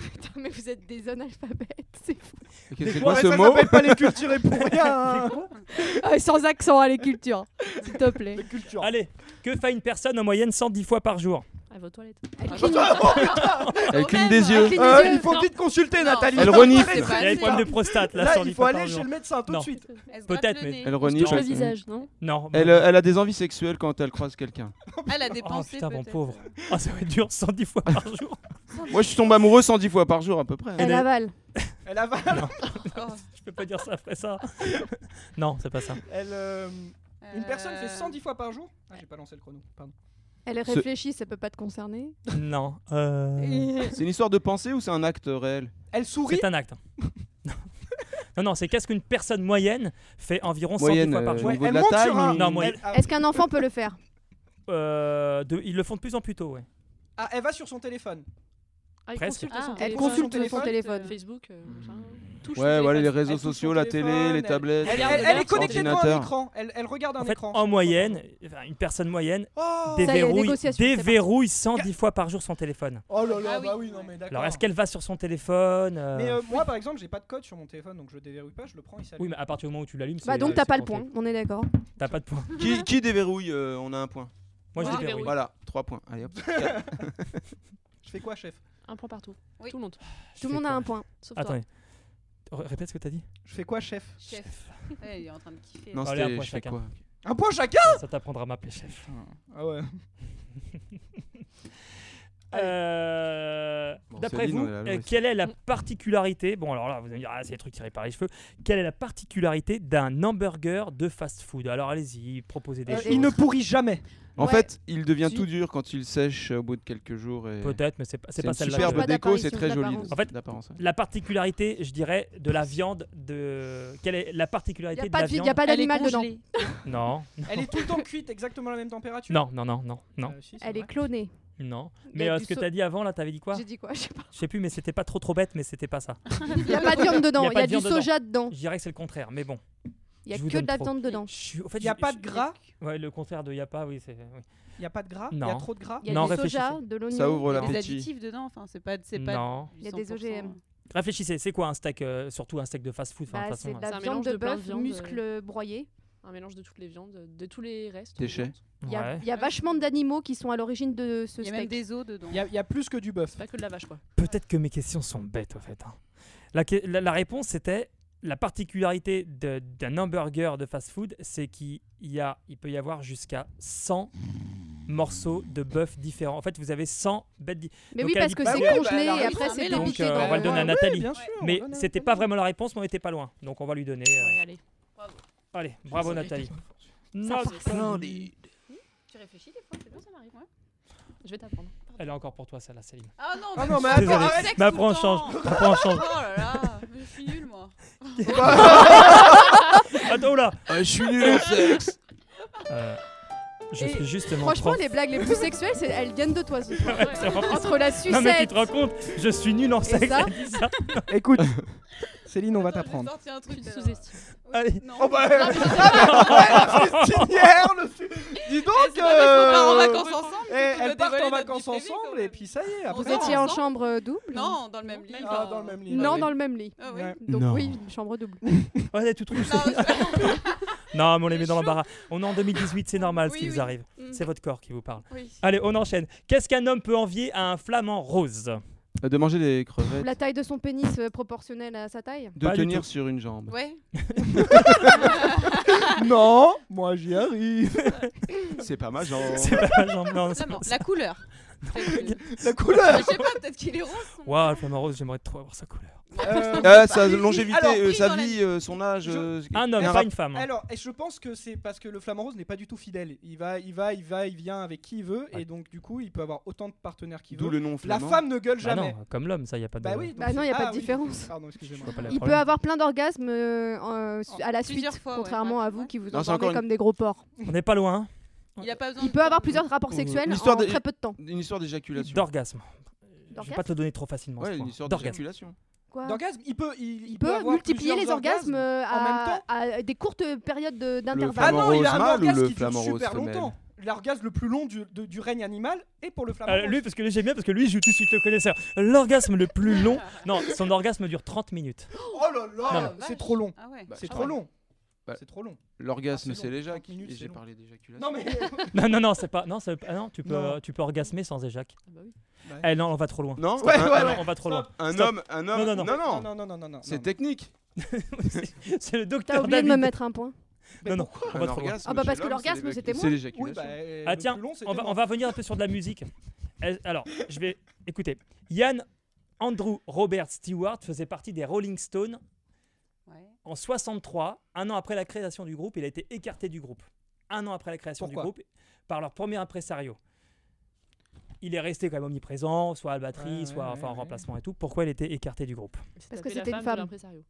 Putain, mais vous êtes des analphabètes, c'est fou.
C'est
Ouais,
quoi ce
ça
mot
s'appelle pas les culturés pour rien. hein.
Ah, sans accent, allez, culture, hein, s'il te plaît.
Les cultures.
Allez, que fait une personne en moyenne 110 fois par jour
Ah,
elle va aux toilettes.
Elle
Oh,
cligne.
putain Elle
Quand
cligne
même,
des yeux.
elle cligne des
Euh,
yeux.
Il faut vite consulter,
Non,
Nathalie.
c'est
Elle
pas
renifle.
vrai, c'est
Il
pas
y a des
vrai.
problèmes de prostate, là,
Là,
sur
il
les
faut
fois par
aller chez
jour.
le médecin tout
Non.
de suite.
Elle se
Peut-être,
gratte le
mais-
nez.
Elle
Je
renifle.
touche le visage, non
Non.
Elle,
bon.
euh, elle a des envies sexuelles quand elle croise quelqu'un.
Oh,
Elle a dépensé.
Oh, putain, mon
peut-être.
pauvre. Ah, ça va être dur 110 fois par jour.
Moi, je tombe amoureux 110 fois par jour à peu près.
Elle
est-
avale.
Elle avale.
Oh,
Je peux pas dire ça après ça. Non, c'est pas ça.
Elle, euh,
Une personne
euh,
fait 110 fois par jour Ah, j'ai pas lancé le chrono, pardon.
Elle
Ce-
réfléchit, ça peut pas te concerner.
Non. euh,
C'est une histoire de pensée ou c'est un acte réel
Elle sourit
C'est un acte. Non. Non, non, c'est qu'est-ce qu'une personne moyenne fait environ 110
Moyenne
fois par
euh,
jour.
au niveau
elle
de la
monte
taille
sur un-
ou-
Non, moi-
elle, ah,
Est-ce qu'un enfant peut le faire
Euh, de- ils le font de plus en plus tôt, ouais.
ah, elle va sur son téléphone.
Ah, elle
Presque. Hmm.
consulte son
Ah.
Elle
téléphone.
consulte
téléphone,
son
euh,
téléphone.
Facebook. euh, j'en sais rien. Touche son
Ouais, voilà, les
téléphone.
réseaux
Elle touche
sociaux,
son
la
téléphone,
télé, les
elle-
tablettes. euh,
Elle,
regarde
elle-
le
elle est
net,
connectée devant un
ordinateur.
écran. Elle, elle regarde un
En fait,
écran.
en moyenne, enfin, une personne moyenne
Oh,
Des- y a
déverrouille,
négociation, c'est parti.
déverrouille 110 fois par jour son téléphone.
Oh là là,
Ah oui.
bah oui, non mais d'accord.
Alors, est-ce qu'elle va sur son téléphone euh,
Mais euh, moi par exemple, j'ai pas de code sur mon téléphone donc je le déverrouille pas, je le prends, il s'allume.
Oui, mais à partir du moment où tu l'allumes,
Bah
c'est- euh,
donc t'as
c'est
pas le
compté.
point, on est d'accord.
T'as pas de point.
Qui, qui déverrouille euh, On a un point.
Moi, je
Ah,
Moi, je
déverrouille.
Voilà, trois points. Allez, hop.
Je fais quoi, chef
Un point partout.
Oui.
Tout le monde.
Tout le monde a un point.
Sauf toi.
Attendez. R- Répète ce que t'as dit.
Je fais quoi, chef
Chef. Ouais, il est en train de kiffer.
Non,
Allez, un
c'était
point
je fais
chacun.
quoi
Un point chacun
Ça t'apprendra à m'appeler chef.
Ah ouais.
Ah
Euh,
Bon,
D'après
Céline,
vous,
on est à
euh,
l'ouest.
quelle est la particularité Bon, alors là, vous allez me dire, ah, c'est des trucs tirés par les cheveux. Quelle est la particularité d'un hamburger de fast-food Alors, allez-y, proposez des
Euh,
choses.
il ne pourrit jamais.
En
Ouais.
fait, il devient
Si.
tout dur quand il sèche au bout de quelques jours. Et...
Peut-être, mais c'est pas, c'est
C'est
pas
une
celle-là.
Je
que-
parle
superbe
pas
déco, c'est
d'apparition,
très joli.
d'apparence.
En fait,
d'apparence. ouais.
La particularité, je dirais, de la viande de. Quelle est la particularité
Il n'y a
de
pas
la
de- y a
viande
pas
Elle est
d'animal dedans.
congelée.
Non,
Elle est tout le temps cuite exactement à la même température
non, non, non, non, non,
Euh, si, c'est
Elle est
vrai.
clonée.
non.
Il y
Mais
a
euh,
du
ce que
sau-
t'as dit avant, là, t'avais dit quoi
J'ai dit quoi Je sais pas.
Je sais plus, mais c'était pas trop trop bête, mais c'était pas ça.
Il n'y a pas de viande dedans, il y
pas
a
de
du
viande dedans.
soja dedans.
Je dirais que c'est le contraire, mais bon.
Il y a
Je vous
que
donne
de la
trop.
viande dedans.
Je suis- au fait,
Il n'y a
je-
pas
je-
de gras,
Ouais, le contraire de y a pas, oui, c'est. oui.
il n'y a pas de gras, il y
Non.
a trop de gras.
Il y a
Non,
du soja,
réfléchissez.
de l'oignon.
Ça ouvre
il y a
Il y a
l'appétit.
des
des-
Petit.
additifs dedans. Enfin, c'est pas. c'est pas
Non.
du
Il y a des
100%.
OGM.
Réfléchissez, c'est quoi un steak euh, Surtout un steak de fast-food. enfin, de
Bah,
toute
C'est
façon,
de
hein.
C'est un
la viande
mélange
de
de plein de
bœuf,
viandes,
muscles broyés.
Un mélange de toutes les viandes, de tous les restes.
Déchets.
de viande.
Il y a-
hein. Ouais.
il y a vachement d'animaux qui sont à l'origine de ce
Il y a même
steak.
des os dedans.
Il y, a- il y a plus que du bœuf.
Pas que de la vache, quoi.
Peut-être que mes questions sont bêtes, en fait. hein. La, que- la- la réponse, c'était la particularité de- d'un hamburger de fast-food, c'est qu'il y a, il peut y avoir jusqu'à 100 morceaux de bœuf différents. En fait, vous avez 100 bêtes. di-
Mais
Donc
oui,
elle
parce
dit
que
pas
c'est
oui, bah,
alors
congelé et bah,
oui,
après
c'est un
c'est
mélange.
dépiqué.
Donc, euh, on va le donner à
dedans.
Nathalie.
bien sûr, on
Mais
donne à
c'était
Nathalie.
pas vraiment la réponse, mais on était pas loin. Donc on va lui donner. euh,
Ouais, allez.
Allez, bravo
Désolé.
Nathalie.
Nathalie.
Tu réfléchis des fois, c'est bien, ça m'arrive. Ouais.
Je vais t'apprendre.
Elle est encore pour toi, celle-là, Céline.
Ah non,
Ah
mais,
non, mais
Désolé.
attends, arrête
sexe
Mais
tout
après,
le
on change.
temps.
Après, on
Oh
change.
là là, mais je suis nulle moi.
Attends, là
Ah, Je suis nul en sexe.
Euh, Je
Et
suis justement.
Franchement,
prof.
les blagues les plus sexuelles, c'est- elles viennent de toi ce soir.
C'est vraiment-
Entre la
Non, mais tu
sucette.
te rends compte, je suis nul en
Et
sexe.
ça
elle dit ça.
Écoute, Céline, on va
Attends,
t'apprendre.
J'ai sorti un
Tu
truc
te
alors.
sous-estimes.
Allez.
Non.
Oh bah,
Ah, mais-
Hier, le su- Dis donc.
c'est pas parce qu'on part en
euh,
vacances ensemble.
Eh,
qu'on peut
elles partent
dévoiler
en
notre
vacances
vie privée, quand
ensemble
même.
et puis ça y est,
On
Vous
après.
Non,
étiez en
ensemble.
chambre euh, double
Non, dans le même lit.
Ah,
enfin,
dans le même lit.
Non,
vas-y.
dans le même lit.
Ah oui.
Ouais.
Donc
Non.
oui, chambre double.
Ouais, elle est toute rouge,
Non,
Céline. Non, mais on les met dans
Chaud.
l'embarras. On est en 2018, c'est normal ce
Oui,
qui vous
oui.
arrive.
je- Mm.
C'est votre corps qui vous parle.
Oui.
Allez, on enchaîne. Qu'est-ce qu'un homme peut envier à un flamand rose
Euh, De manger des crevettes.
La taille de son pénis euh, proportionnelle à sa taille.
De
Pas du
tenir
tout.
sur une jambe.
Ouais.
Non, moi j'y arrive. C'est pas ma jambe.
C'est pas la jambe, non, c'est
Vraiment,
pas ça.
La couleur. Peut-être que-
La couleur.
Je sais pas, peut-être qu'il est rond. son-
Waouh, le flamand rose, j'aimerais trop avoir sa couleur.
Euh,
Euh, sa longévité,
Alors,
euh,
oui,
sa
dans la-
vie, euh, son âge.
Je-
euh,
Un homme,
un
pas
rap-
une femme. hein.
Alors, et je pense que c'est parce que le flamant rose n'est pas du tout fidèle. Il va, il va, il va, il vient avec qui il veut,
Ouais.
et donc du coup, il peut avoir autant de partenaires qu'il
D'où
veut.
le nom
La
flamand.
femme ne gueule
Bah
jamais.
non, comme l'homme, ça, y a pas de.
Bah oui. donc
Bah non,
c'est-
il n'y a
ah,
pas de
oui.
différence.
Pardon,
Je
excusez-moi.
vois pas le
Il peut
problème.
avoir plein d'orgasmes euh, en- su- à la suite,
Plusieurs fois, ouais,
contrairement
ouais.
à vous qui vous
Non, c'est
endormez
encore une-
comme des gros porcs.
On n'est pas loin hein.
Il a pas besoin.
Il
de
peut avoir
temps.
plusieurs rapports
Une
sexuels
histoire
en
de-
très peu de temps.
Une histoire d'éjaculation.
d'orgasme. Je vais
D'orgasme
pas te le donner trop facilement. ce
Ouais,
point.
une histoire
D'orgasme.
d'éjaculation.
Quoi
D'orgasme, il peut, il, il
Il
peut,
peut
avoir
multiplier les
plusieurs
orgasmes euh,
en même
à,
temps.
à des courtes périodes de-
Le
d'intervalle.
Ah
flamant
non, il
rose
a un
mâle ou
orgasme
le
qui dure
flamant rose
super
femelle
longtemps. L'orgasme le plus long du, de- du règne animal est pour le flamant
Euh,
rose.
lui, parce que lui, j'aime bien, parce que lui, je joue tout de suite le connaisseur. L'orgasme le plus long. Non, son orgasme dure 30 minutes.
Oh là là,
Non,
mais-
c'est trop long.
Ah ouais.
Bah,
C'est
je
trop
crois.
long.
Bah,
C'est trop long.
L'orgasme,
Ah, c'est
c'est
long.
l'éjac.
30 minutes,
Et
c'est
j'ai
long.
parlé d'éjaculation.
Non mais.
Non, non, non, c'est pas. Non, c'est- ah non, tu peux,
Non.
tu peux orgasmer sans éjac.
Ah bah oui.
Eh non, on va trop loin.
Non,
Ouais,
un,
ouais,
Ah non,
ouais.
on va trop
Stop.
loin.
un
Stop.
homme, un homme.
Non, non, non.
non.
Non non non non non.
C'est
non.
technique.
C'est- c'est le
T'as
docteur
oublié de me
David.
mettre un point.
Mais
Non, non.
pourquoi
On va
Un
trop loin.
orgasme
Ah bah
chez
parce que
l'homme, c'est
l'orgasme,
l'éjac-
c'était moi.
C'est
Oui,
l'éjaculation.
bah, euh,
Ah
le
tiens,
plus long, c'était
On va,
moi.
on va revenir un peu sur de la musique. Euh, Alors, je vais. Écoutez, Yann Andrew Robert Stewart faisait partie des Rolling Stones
Ouais.
en 63. Un an après la création du groupe, il a été écarté du groupe. Un an après la création du
Pourquoi
groupe, par leur premier impresario. Il est resté quand même omniprésent, soit à la batterie,
Ouais,
soit
ouais,
enfin en
ouais.
remplacement et tout. Pourquoi il était écarté du groupe
Il s'est
Parce
tapé
que
la
c'était une
de
femme.
l'impresario.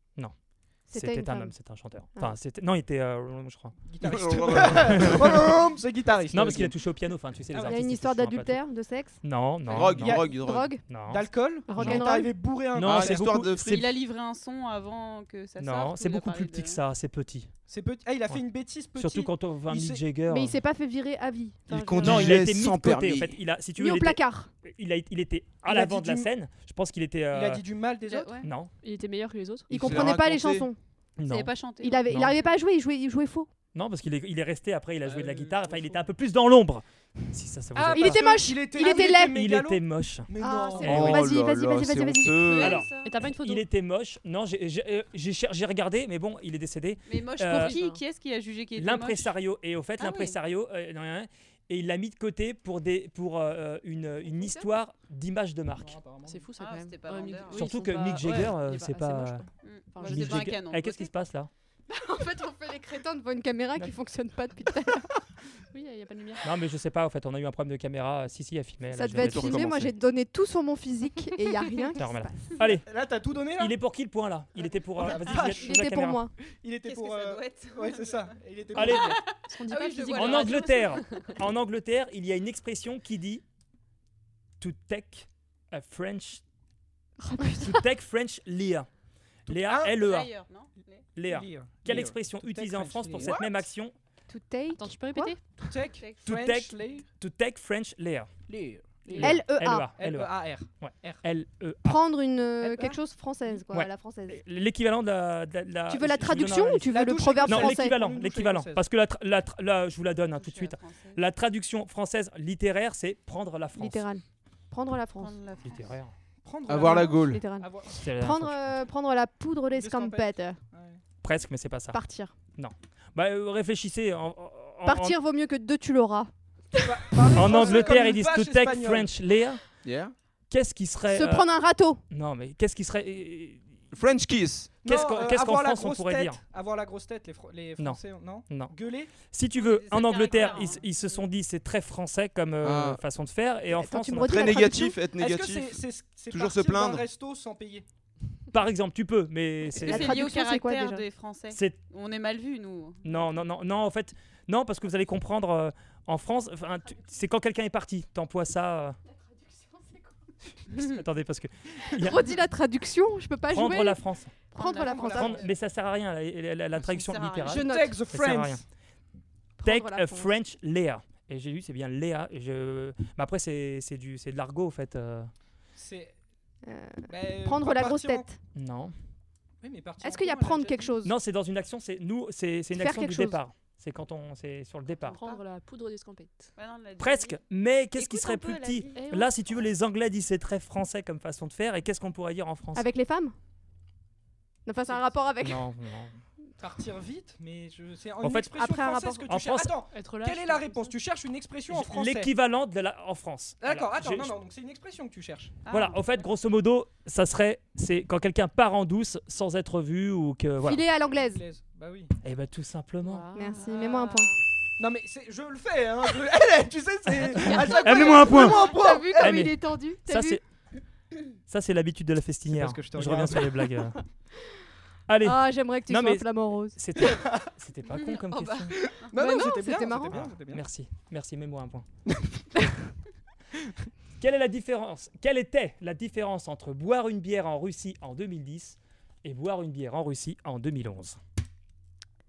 C'était
C'était
une
un
femme.
homme, c'était un chanteur.
Ah.
Enfin, c'était non, il était euh, je crois.
Guitariste. C'est guitariste.
Non, parce qu'il a touché au piano. Enfin, tu sais,
Ah,
les
il y a
Il y
artistes.
a une
ils
histoire
touchent un peu à tout.
d'adultère, de sexe,
Non, non.
Drogue,
non,
Il y a-
drogue, drogue.
drogue.
non.
D'alcool.
Rock'n'roll.
Genre, T'es arrivé bourré à un.
Non,
bar.
Ah,
c'est
histoire
beaucoup,
de
c'est
Il a livré un son avant que ça sorte.
Non,
ou
c'est
il a
beaucoup
parlé
plus petit
de-
que ça, c'est petit.
C'est petit. Ah, il a fait
Ouais.
une bêtise petite.
Surtout quand on voit
Il
Mick
s'est-
Jagger.
Mais il s'est pas fait virer à vie.
Il
je-
conduit.
Non, il a
Jugé
été mis
sans
de côté. En
permis.
fait, il a, si tu
mis
veux,
au
il était,
placard.
il a- il était à
Il a
l'avant
dit
de la
du-
scène. Je pense qu'il était.
Il a
euh,
dit du mal des
Ouais.
autres.
Non,
Il était meilleur que les autres.
Il
Il se l'est
comprenait pas les
raconté.
chansons.
Il
non,
savait pas chanter.
Il avait, il
Non.
arrivait pas à jouer, il jouait, il jouait faux.
non, parce qu'il est, il est resté après. Il a joué de la
Euh,
guitare. Enfin, il
chaud.
était un peu plus dans l'ombre. Si ça, ça vous
Ah,
aide
il
pas.
était moche,
Il était,
il
ah,
était laid.
il
mégalo.
était moche.
Mais
Ah,
non.
c'est
Eh
bon,
oui.
vas-y,
là
vas-y,
là,
vas-y,
c'est
vas-y, vas-y.
honteux.
Alors,
Et t'as pas une photo
Il était moche. Non, j'ai- j'ai euh, j'ai cher- j'ai regardé, mais bon, il est décédé.
Mais moche
Euh,
pour qui Qui est-ce qui a jugé qui était moche
L'impresario. Et au fait,
Ah oui.
l'impresario, euh, non, rien, et il l'a mis de côté pour, des, pour euh, une, une histoire d'image de marque.
C'est fou ça
Ah,
quand même.
c'était pas
Mick-
vendeur.
oui,
Surtout
ils sont
que
pas-
Mick Jagger,
ouais,
euh,
il est
c'est
assez
pas-
moche, quoi.
Mm.
Enfin,
Je
Mick
sais pas un
Jagger-
canon.
Eh, Qu'est-ce qui
Côté.
se passe là
En fait, on fait les crétins devant une caméra qui fonctionne pas depuis tout à l'heure.
Oui, il n'y a pas de lumière.
Non, mais je sais pas, en fait, on a eu un problème de caméra. Euh, Si, si, elle filmait.
Ça
là,
devait
j'ai-
être
vais tout
filmé, moi
recommencer.
j'ai donné tout sur mon physique et il y a rien qui
Ça
se
remet là.
passe.
Allez,
Là, t'as tout donné là.
il est pour qui le point là Il était pour. euh,
Ah,
vas-y,
vache,
Juliette,
Il
bouge la
était pour
caméra.
moi.
Il était
Qu'est-ce que
pour.
ça
euh,
doit être
Ouais, c'est ça. Il était
Allez.
pour-
Parce qu'on dit
Ah
pas
oui,
le
je
physique.
vois
En
la radio.
Angleterre, en Angleterre, il y a une expression qui dit to take a French,
Oh,
to take French Léa. Léa,
un
L-E-A.
D'ailleurs, non Les-
Léa.
Lire.
E Quelle
Lire.
expression
To take
utilisée en
French
France pour
Lea.
cette
What
même action
To take.
Attends, tu peux répéter
To take
Take.
To
French
take.
lire.
To take French Léa.
Lire.
Lea.
L-E-A.
L-E-A.
L-E-A-R.
L-E-A.
E Prendre une, euh,
L-E-A.
quelque chose française, quoi,
Ouais.
à la française.
Euh, L'équivalent de la, de la- de la- je vous
Tu veux la
donne un
traduction ou
indice.
tu
La
veux le
douche
proverbe
Non,
française
français
l'équivalent,
Une douche
l'équivalent.
française.
Parce que la, tra- la tra- la- je vous la donne hein, tout de
Toucher
suite.
la française.
La traduction française littérale, c'est prendre la France.
Littéral. Prendre la France.
Prendre la France.
Littéraire.
Prendre.
Avoir la gaule.
Littéral.
Avoir-
C'est Ah, la
Prendre,
fois.
euh, prendre la poudre des
L'escampette.
scampettes.
Ouais.
Presque, mais c'est pas ça.
Partir.
Bah, euh, réfléchissez. En, en-
Partir vaut mieux que deux tu l'auras.
Pa- parler
en- en
français
Angleterre,
comme
ils
une
disent
vache
to take
espagnole.
French Lear.
Yeah.
Qu'est-ce qui serait.
Se
euh,
prendre un râteau.
Non, mais qu'est-ce qui serait. euh,
French kiss.
Qu'est-ce
Non,
qu'en-
euh,
qu'est-ce qu'en
avoir la
France on
grosse
pourrait
tête.
dire
Avoir la grosse tête, les, Fr- les
Non.
Français, non,
Non.
Gueuler
Si tu veux,
C'est
en
le
Angleterre,
caractère,
ils,
hein.
ils se sont dit c'est très français comme euh,
Ah.
façon de faire. Et en
Attends,
France,
tu me
on a-
redis-
Très
la
négatif, être
Est-ce que c'est
négatif.
c'est- c'est
Toujours se
partir d'un
plaindre.
resto sans payer
par exemple, tu peux, mais
Est-ce
c'est.
que
La
c'est lié au
traduction, c'est quoi,
caractère
déjà
des Français
c'est-
On est mal vus, nous.
Non, non, non, non, en fait, non, parce que vous allez comprendre euh, en France, enfin, tu- c'est quand quelqu'un est parti, t'emploies ça. euh. Attendez, parce que Yeah.
Redis la traduction, je peux pas
prendre
Ah, jouer.
la France,
Prendre la France.
Prendre
prendre, mais ça sert à rien la, la- la- la
Ça
traduction
sert à rien.
littérale.
Je note.
Take the
Ça sert à
French.
rien. Take
Prendre la
a
France.
French Léa. Et j'ai lu, c'est bien Léa. et je- Mais après, c'est c'est du- c'est de l'argot, en fait. euh,
C'est
Euh,
bah, euh,
prendre
pas
la grosse
partir en-
tête.
Non.
Oui, mais partir
Est-ce
en
qu'il y a
courant,
prendre
elle l'a
quelque chose
Non, c'est dans une action, c'est nous, c'est c'est une
Faire
action
quelque
du
chose.
départ. C'est quand on, c'est sur le départ.
Prendre la poudre d'escampette.
Ouais, non, on l'a déjà
Presque,
dit.
mais qu'est-ce qui
Écoute
serait
un peu
plus
la
petit
vie.
Eh ouais.
Là, si tu veux, les Anglais disent c'est très français comme façon de faire, et qu'est-ce qu'on pourrait dire en France
Avec les femmes Enfin, c'est un rapport avec.
Non, non.
dit. Partir vite, mais je... c'est en
fait,
expression
après un
française
rapport-
que tu
En
cherches.
France-
Attends,
Être là.
quelle est la réponse Tu cherches une expression en français.
L'équivalent de la en France.
D'accord,
Voilà.
attends,
J'ai-
non, non, donc c'est une expression que tu cherches.
Ah.
Voilà, en fait, grosso modo, ça serait c'est quand quelqu'un part en douce sans être vu ou que Euh, voilà.
Filer à l'anglaise.
Anglaise, Bah oui.
Et ben tout simplement.
Ah.
Merci, mets-moi un point.
Ah.
Non, mais c'est- je le fais, hein. je- Eh, tu sais, c'est. à chaque fois,
Amenez-moi un point.
Amenez-moi un
T'as
point
vu
Ah,
comme
mais
il est tendu
Ça
Ah. T'as vu
c'est ça c'est l'habitude de la festinière.
parce que je te
reviens
regarde.
sur les blagues. euh. Allez,
Ah, j'aimerais que tu
Non,
sois un
mais-
flamant rose.
c'était c'était pas con comme
Oh bah.
question.
Non,
Mais
non,
non,
c'était bien,
c'était marrant.
bien,
Ah,
c'était bien.
Merci, merci, mets-moi un point. Quelle est la différence Quelle était la différence entre boire une bière en Russie en 2010 et boire une bière en Russie en 2011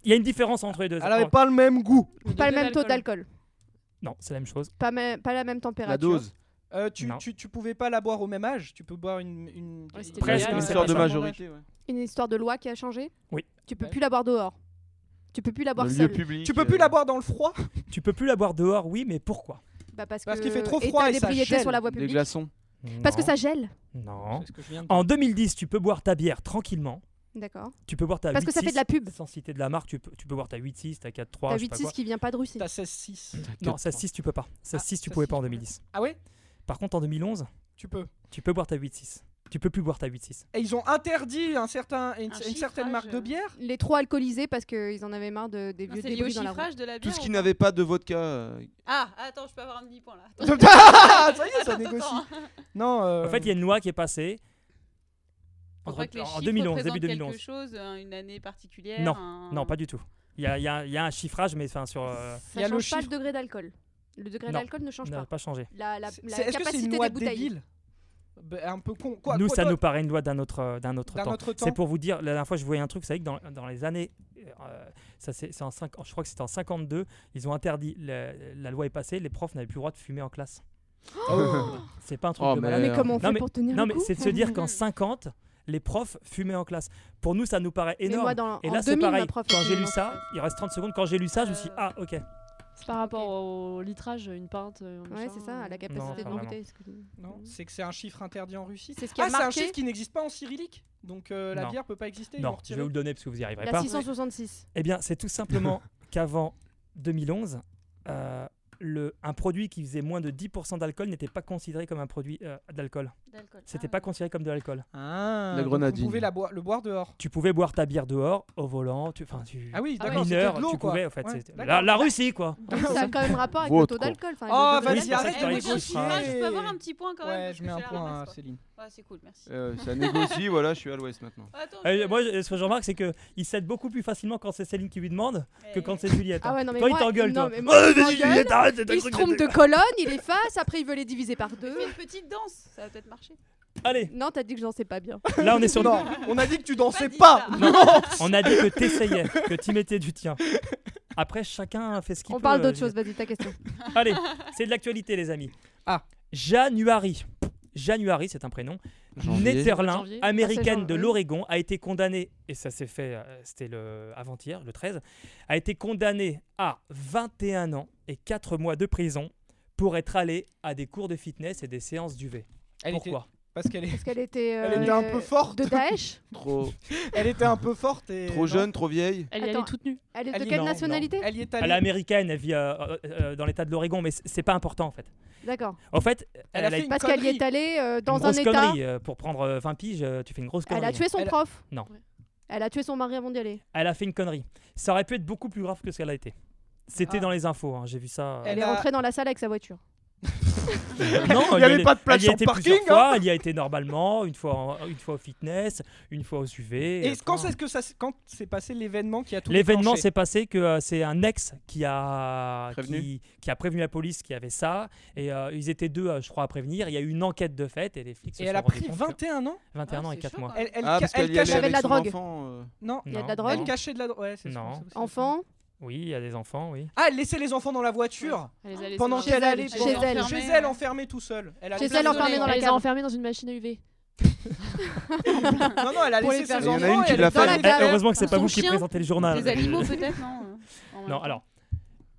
Il y a une différence entre les deux.
Elle avait pas le même goût.
Pas le même taux d'alcool.
Non, c'est la même chose.
Pas, me- pas la même température.
La dose.
Euh, tu,
Non.
tu, tu pouvais pas la boire au même âge Tu peux boire une. une...
Ouais, c'était
Presque, mais
légal,
Une
mais
c'est
pas
sorte de
ça.
majorité. ouais.
Une histoire de loi qui a changé
Oui.
Tu peux
Ouais.
plus la boire dehors. Tu peux plus la
Le
boire
lieu
seule.
public.
Tu peux plus
euh,
la boire dans le froid
Tu peux plus la boire dehors, oui, mais pourquoi
Bah, parce
Parce
que-
qu'il fait trop
et
froid
t'as
et ça
l'ébriété sur
gèle
la voie
Des
publique.
glaçons.
Parce que
Non.
ça gèle.
Non.
C'est ce que je viens de dire.
En 2010, tu peux boire ta bière tranquillement.
D'accord.
Tu peux boire ta
Parce que ça
8-6,
fait de la pub.
Sans citer de la marque, tu peux, tu peux boire ta 8-6, ta 4-3.
T'as
Oh, je sais pas
8-6
quoi.
qui vient pas de Russie.
T'as 16-6.
Non, ça 6, tu peux pas. Ça
Ah,
6, tu
ça
pouvais
six,
pas en
je peux
2010.
Ah ouais
Par contre, en 2011,
Tu peux.
tu peux boire ta 8-6. Tu peux plus boire ta 8-6.
Et ils ont interdit un certain, une,
Un
une certaine
chiffrage,
marque de
euh.
bière
Les trop alcoolisés parce qu'ils en avaient marre de, des
Non,
vieux
C'est lié au
débris dans la rue.
chiffrage de la
Tout
bière.
ce
ou
qui
pas
n'avait pas de vodka. euh,
Ah, attends, je peux avoir un demi-point là. Attends,
Ah, Ça y est, ça
attends, hein.
négocie.
attends.
Non, euh,
En fait, il y a une loi qui est passée.
Faut
entre-
pas que les
en
chiffres
2011, début
représentent
2011.
quelque chose, euh, une année particulière.
Non,
un-
Non, pas du tout. Il y a, il y a- il y a un chiffrage, mais enfin, sur. euh,
Ça
Il y a le
change pas le
chiffre.
degré d'alcool. Le degré
Non.
d'alcool ne change
n'a
pas.
pas changé.
La, la,
c'est-
la
est-ce que c'est
capacité
une
des
loi
bouteilles.
débile Bah, Un peu con. Quoi,
Nous,
quoi,
ça
toi,
nous paraît une loi d'un autre, euh, d'un autre
D'un
temps.
autre temps.
C'est pour vous dire, la dernière fois, je voyais un truc, vous savez que dans, dans les années. euh, ça, c'est, c'est en cinq- je crois que c'était en 52, ils ont interdit. le- la loi est passée, les profs n'avaient plus le droit de fumer en classe.
Ah
Oh.
C'est pas un truc
Oh,
de
mais-
malade.
Mais comment on
Euh, Non,
fait
mais-
pour tenir
Non,
le
mais
coup
c'est de se dire qu'en 50, les profs fumaient en classe. Pour nous, ça nous paraît
Mais
énorme.
moi, dans,
Et
en
là, c'est
2000, ma
pareil.
prof
Quand j'ai lu
était-
ça, il reste 30 secondes. Quand j'ai lu ça, je me suis dit,
Euh,
ah, ok.
Par rapport au litrage, une pinte. euh,
Ouais,
machin,
c'est ça, à la
euh,
Non,
capacité
pas
de
vraiment.
bouteille. ce que tu-
Non, c'est que c'est un chiffre interdit en Russie.
C'est ce qui
Ah,
a
c'est un
marqué
chiffre qui n'existe pas en cyrillique. Donc euh, la
Non.
bière peut pas exister. ils l'ont
Non, je
retiré.
vais vous le donner parce que vous n'y arriverez
la
pas.
666.
Eh bien, c'est tout simplement qu'avant 2011, euh, le, un produit qui faisait moins de 10% d'alcool n'était pas considéré comme un produit euh, d'alcool.
D'alcool.
C'était
Ah,
pas considéré comme de l'alcool.
Ah,
La
donc
grenadine.
Vous pouvez la boire- le boire dehors.
Tu pouvais boire ta bière dehors, au volant, tu, enfin, tu,
Ah oui,
Ah ouais.
d'accord. c'était
mineur,
de l'eau,
tu
quoi.
pouvais, en fait,
Ouais,
c'était-
d'accord.
la, la Russie, quoi.
Ça a quand même rapport avec le
Votre,
taux
quoi.
d'alcool. enfin,
Oh,
le taux
vas-y,
d'alcool.
arrête
Eh,
de
mais
dire
sur le
chiffrage.
chiffrage, je peux avoir un petit point quand même.
Ouais,
parce
je
que
mets un
j'ai la
point hein, à
ramasse, quoi.
Céline.
Ouais, Ah, c'est cool, merci.
euh, ça négocie, voilà, je suis à l'ouest maintenant.
Attends,
Eh,
je-
moi, je- ce que je remarque, c'est qu'il s'aide beaucoup plus facilement quand c'est Céline qui lui demande que
Eh,
quand c'est Juliette.
Ah
hein.
ouais, non, mais
toi,
moi,
il t'engueule,
non,
toi.
mais moi, il
vas-y,
m'engueule.
Juliette, arrête, c'est un
Ah Il se
truc
trompe de
dégueulasse.
colonne, il efface, après il veut les diviser par deux.
Fais une petite danse, ça va peut-être marcher.
Allez,
Non, t'as dit que j'en sais pas bien.
là, on est sur
Non, on a dit que tu dansais
dit
pas.
ça.
Non.
On a dit que t'essayais, que t'y mettais du tien. Après, chacun fait ce qu'il
On
peut.
parle
euh,
d'autre chose, vas-y, ta question.
Juliette. Allez, c'est de l'actualité, les amis.
Ah.
Januari. Januari, c'est un prénom.
Janvier.
Netherland,
Janvier.
Ah, c'est
américaine
Jean-
de
oui.
l'Oregon, a été condamnée, et ça s'est fait, euh, c'était le avant-hier, le 13, a été condamnée à 21 ans et 4 mois de prison pour être allée à des cours de fitness et des séances d'UV.
Elle était-
Pourquoi
Parce qu'elle est-
Parce qu'elle était. euh,
elle était un peu forte.
De Daesh
Trop,
Elle était un peu forte et.
trop jeune, trop vieille.
Elle y allait
Attends.
toute nue.
Elle est
Elle
de
est-
quelle
non, non.
nationalité
Elle y est
Elle
allée.
est américaine, elle vit euh, euh, euh, dans l'état de l'Oregon, mais c- c'est pas important en fait.
D'accord.
En fait,
Elle a fait une
Parce qu'elle y
connerie.
est allée euh, dans
une
un
grosse
état.
connerie. euh, pour prendre euh, 20 piges, euh, tu fais une grosse connerie.
Elle a tué son
Elle a-
prof.
Non.
Elle a tué son mari avant d'y aller.
Elle a fait une connerie. Ça aurait pu être beaucoup plus grave que ce qu'elle a été. C'était
Ah.
dans les infos, hein, j'ai vu ça. euh.
Elle
Elle
est
a-
rentrée dans la salle avec sa voiture.
Non,
Il
elle
y
y
avait
allait-
pas de place
elle y
sur
était
le
plusieurs
parking, hein.
fois, Elle y a été normalement, une fois, en- une fois au fitness, une fois au UV.
Et
euh,
quand
point.
c'est que ça s- quand s'est passé l'événement qui a tout
L'événement
déclenché
s'est passé que euh, c'est un ex qui a
Prévenu.
Qui, qui a prévenu la police qu'il y avait ça et euh, ils étaient deux euh, je crois à prévenir, il y a eu une enquête de fait et les flics se
Et
sont
elle a
rendus
pris
compte que-
21 ans
21
Ah,
ans et
c'est
4
chaud,
mois.
quand même.
Elle, elle
Ah,
ca-
parce qu'elle
elle
y allait
cachait
avait
avec
de la
son
drogue.
enfant, euh,
Non,
Il y a de
Non,
la
non.
drogue.
elle cachait de la drogue. Ouais, c'est-
Non.
c'est- c'est-
Enfant.
Oui, il y a des enfants, oui.
Ah, elle laissait les enfants dans la voiture
Elle les a laissés
pendant
dans-
qu'elle
elle,
allait
chez
pendant-
elle.
chez elle enfermée tout seule. Elle a
Chez
laissé
elle,
ses
enfermée dans
Elle
la
les
cave.
a enfermés dans une machine à UV.
enfants- Non non, elle a
Pour
laissé
les faire
ses
Il y en
enfants.
a une qui
elle
l'a
était
fait.
dans la
Eh,
cave.
heureusement que c'est pas
Son
vous qui
chien.
présentez le journal.
Des animaux peut-être, non euh, en même
Non,
temps.
alors.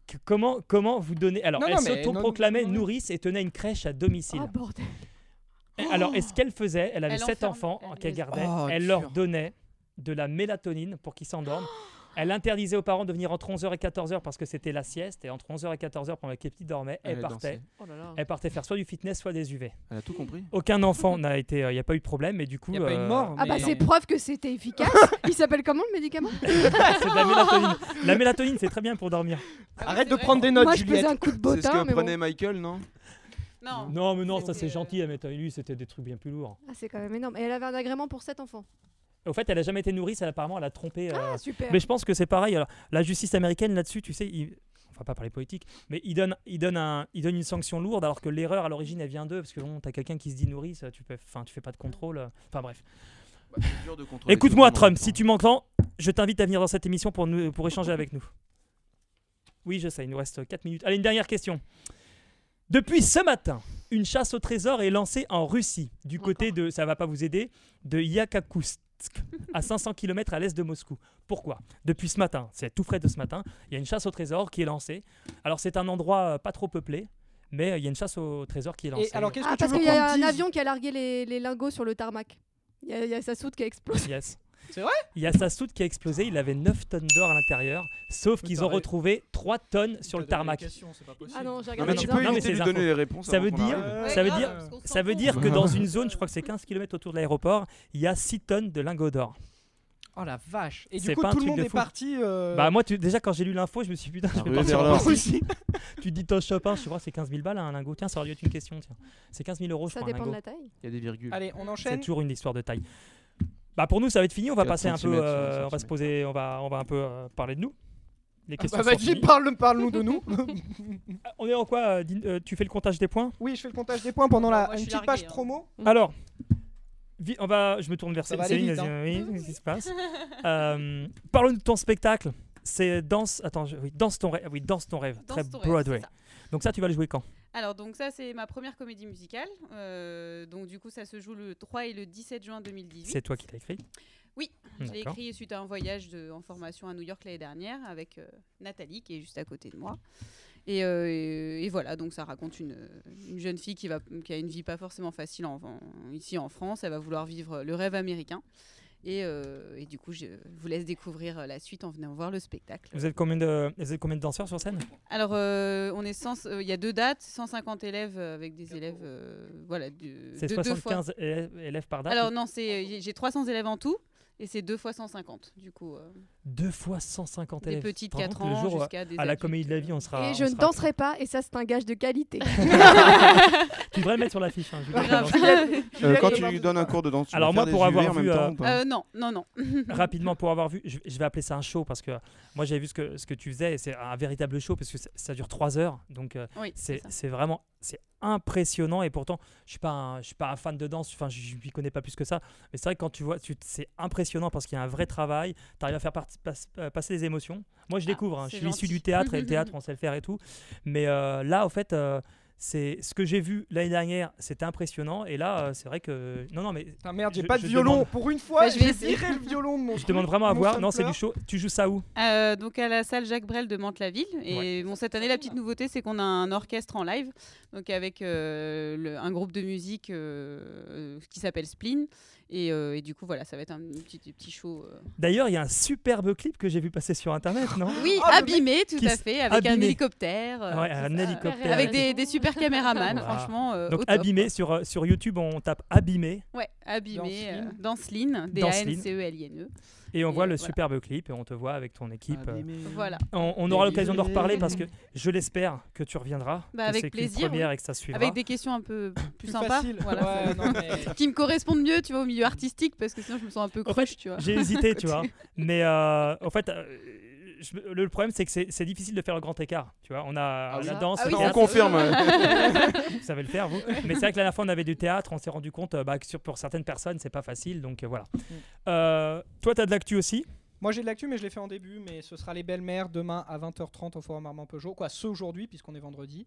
que- Comment, comment vous donnez. Alors,
Non,
elle
non, mais
s'autoproclamait
non, Ah non, non.
nourrice et tenait une crèche à domicile.
Oh bordel.
Et Alors, est-ce qu'elle faisait Elle avait
Elle
sept
enferme-
enfants
elle
qu'elle
les-
gardait.
Oh,
elle
dur.
leur donnait de la mélatonine pour qu'ils s'endorment. Elle interdisait aux parents de venir entre 11h et 14h parce que c'était la sieste. Et entre 11h et 14h, pendant que les petits dormaient, elle,
elle
partait.
dansait.
Oh là là.
Elle partait faire soit du fitness, soit des UV.
Elle a tout compris.
Aucun enfant n'a été. Il n'y a pas eu de problème, mais du coup.
Il y a pas eu de
euh,
mort,
Ah bah
Mais-
c'est preuve que c'était efficace. Il s'appelle comment le médicament
c'est de la mélatonine. La mélatonine, c'est très bien pour dormir.
Ah oui,
Arrête
c'est
de
vrai.
prendre des notes
Moi je faisais
Juliette.
un coup de
C'est ce
bottin
que
mais bon.
prenait Michael, non
Ah.
Non.
Non, mais non, ça c'est
C'était-
gentil. La mélatonine, c'était des trucs bien plus lourds.
Ah c'est quand même énorme. Et elle avait un agrément pour sept enfants.
Au fait, elle a jamais été nourrice. Elle apparemment, elle a trompé. euh,
Ah super.
Mais je pense que c'est pareil. Alors, la justice américaine là-dessus, tu sais, il... on va pas parler politique, mais il donne, il donne, un, il donne une sanction lourde alors que l'erreur à l'origine elle vient d'eux parce que bon, t'as quelqu'un qui se dit nourrice, tu peux, enfin, tu fais pas de contrôle. euh. Enfin bref.
Bah, c'est dur de contrôler
Écoute-moi
tout le monde hein. en
Trump, si
même
tu m'entends, je t'invite à venir dans cette émission pour nous, pour échanger avec nous. Oui, je sais, il nous reste 4 minutes. Allez, une dernière question. Depuis ce matin, une chasse au trésor est lancée en Russie, du côté de, ça va pas vous aider, de Yakakust. Irkutsk, à 500 km à l'est de Moscou. Pourquoi Depuis ce matin, c'est tout frais de ce matin, il y a une chasse au trésor qui est lancée. Alors c'est un endroit euh, pas trop peuplé, mais euh, il y a une chasse au trésor qui est lancée.
Et alors, qu'est-ce que
Ah,
tu
parce
veux
qu'il y a
qu'on
un
dise
avion qui a largué les, les lingots sur le tarmac. Il y, a- il y a sa soute qui a explosé.
Yes.
C'est vrai
Il y a sa soute qui a explosé, il avait 9 tonnes d'or à l'intérieur, sauf
Mais
qu'ils ont
t'aurais-
retrouvé 3 tonnes sur le
T'as donné les
tarmac.
questions, c'est pas possible. Euh, ah,
Ah non, j'ai
Non,
regardé.
mais
Non,
tu
non,
peux
non, mais
éviter
ces
de lui
infos.
donner les réponses.
Ça
avant
veut
qu'on
dire-
arrive.
Ça veut dire- Ça veut dire que dans une zone, je crois que c'est 15 km autour de l'aéroport, il y a 6 tonnes de lingots d'or.
Oh la vache. Et
C'est
du coup,
pas un
tout le
truc
monde
de
est
fou.
parti. euh,
Bah moi, tu- déjà quand j'ai lu l'info, je me suis dit, putain, je
Ah,
vais
oui,
partir en
Berlin.
Russie. tu te dis Tosh Chopin, je crois c'est 15 000 balles hein, un lingot. Tiens, ça aurait dû être une question. Tiens, c'est 15 000 euros, je
Ça
crois. Un
dépend de
lingot.
la taille.
Il y a des virgules.
Allez, on
C'est
enchaîne.
toujours une histoire de taille. Bah pour nous, ça va être fini. On va
Quatre
passer un peu,
centimètres,
euh,
cinq
on va se
centimètres.
poser, on va, on va un peu euh, parler de nous. Les questions.
Bah
sont
vas-y,
finies.
parle, parle-nous de nous.
Ah, on est en quoi euh, Dean Euh, Tu fais le comptage des points
oui, je fais le comptage des points pendant
Bon,
la
moi, je
une
suis
petite
larguée,
page
hein.
promo.
Mm.
Alors, vi- on va, je me tourne vers
Ça va aller
Céline.
vite,
vas-y,
hein.
Oui, qu'est-ce qui se passe Euh, Parle-nous de ton spectacle. C'est danse. Attends, je- oui, danse ton rêve. Oui, danse ton rêve.
Danse
Très
ton rêve,
Broadway.
c'est ça.
Donc ça, tu vas le jouer quand
Alors, donc ça, c'est ma première comédie musicale. Euh, donc, du coup, ça se joue le 3 et le 17 juin 2018.
C'est toi qui l'as écrit
Oui, Je l'ai
D'accord.
écrit suite à un voyage de- en formation à New York l'année dernière avec euh, Nathalie, qui est juste à côté de moi. Et, euh, et- et voilà, donc ça raconte une, une jeune fille qui, va, qui a une vie pas forcément facile en- en- ici en France. Elle va vouloir vivre le rêve américain. Et, euh, et du coup, je vous laisse découvrir euh, la suite en venant voir le spectacle.
Vous êtes combien de, vous êtes combien de danseurs sur scène
Alors, euh, on est cent- euh, il y a deux dates, 150 élèves avec des élèves, euh, voilà, du-
C'est
de deux fois.
75 élèves, élèves par date.
Alors non, c'est euh, j'ai j'ai 300 élèves en tout, et c'est deux fois 150, du coup. euh,
deux fois 150
des
élèves.
petits de
Par
4
contre, le
ans
jour,
jusqu'à des
à la
adultes,
comédie de la vie,
euh.
on sera.
et
on
je ne
Ah, sera-
danserai pas, et ça, c'est un gage de qualité.
Tu devrais le mettre sur l'affiche. hein, Julie,
Grave.
danse.
Euh,
Juliette,
quand
elle
tu
part-
donnes un cours de danse, tu
Alors moi,
vas faire
pour
des
avoir
UV en
vu,
même temps
euh,
ou pas
Euh, non, non, non.
Rapidement, pour avoir vu, je, je vais appeler ça un show parce que moi j'avais vu ce que, ce que tu faisais et c'est un véritable show parce que ça, ça dure 3 heures. Donc euh,
Oui, c'est
c'est
ça.
c'est vraiment c'est impressionnant et pourtant je suis pas un, je suis pas un fan de danse enfin je ne connais pas plus que ça mais c'est vrai que quand tu vois tu- c'est impressionnant parce qu'il y a un vrai travail tu arrives à faire parti- pas- euh, passer des émotions moi je
Ah,
découvre hein, je
c'est
suis issu
gentil.
du théâtre et le théâtre on sait le faire et tout mais euh, là en fait euh, c'est ce que j'ai vu l'année dernière c'était impressionnant et là euh, c'est vrai que non non mais
Putain, merde, j'ai
Je-
pas de
je
violon.
demande-
Pour une fois,
Bah,
je
je
vais
vais
virer le violon de mon.
je demande vraiment à
Mon
voir
Saint
non c'est du
Fleur.
show tu joues ça où
Euh, donc à la salle Jacques Brel de Mantes-la-Ville. Et bon, cette année, la petite nouveauté, c'est qu'on a un orchestre en live, donc avec euh, le- un groupe de musique euh, euh, qui s'appelle Spleen. Et, euh, et du coup, voilà, ça va être un petit, petit show. euh.
D'ailleurs, il y a un superbe clip que j'ai vu passer sur internet, non
Oui,
Ah, le
abîmé, tout
qui
à
s-
fait, avec un
abîmé.
hélicoptère. euh,
Ouais,
tout
un
ça,
hélicoptère.
Avec des, des super caméramans,
Voilà.
franchement. euh,
Donc
au top.
abîmé sur, euh, sur YouTube, on tape abîmé
Ouais, abîmé.
Dans
euh,
Spleen.
Dans Sleen,
Spleen.
E D-A-N-C-E-L-I-N-E.
et on
Et
voit le
voilà.
superbe clip et on te voit avec ton équipe.
Ah,
euh.
Voilà.
On, on aura l'occasion d'en reparler parce que je l'espère que tu reviendras.
Bah,
que
avec
c'est qu'une
plaisir,
première et que ça suivra.
Avec des questions un peu plus,
Plus
sympas.
facile.
Voilà.
Ouais, non, mais-
qui me correspondent mieux, tu vois, au milieu artistique, parce que sinon je me sens un peu
En fait,
croche, tu vois.
J'ai hésité, tu vois. Mais euh, en fait, euh, je- le problème c'est que c'est c'est difficile de faire le grand écart. Tu vois, on a
Ah
la
oui.
danse,
Ah
le
oui,
on
ça,
théâtre,
confirme.
vous savez le faire vous. Mais c'est vrai que la dernière fois on avait du théâtre, on s'est rendu compte euh, bah, que sur- pour certaines personnes c'est pas facile, donc euh, voilà. Euh, toi t'as de l'actu aussi.
Moi j'ai de l'actu mais je l'ai fait en début mais ce sera les belles-mères demain à 20h30 au Forum Armand Peugeot quoi ce aujourd'hui puisqu'on est vendredi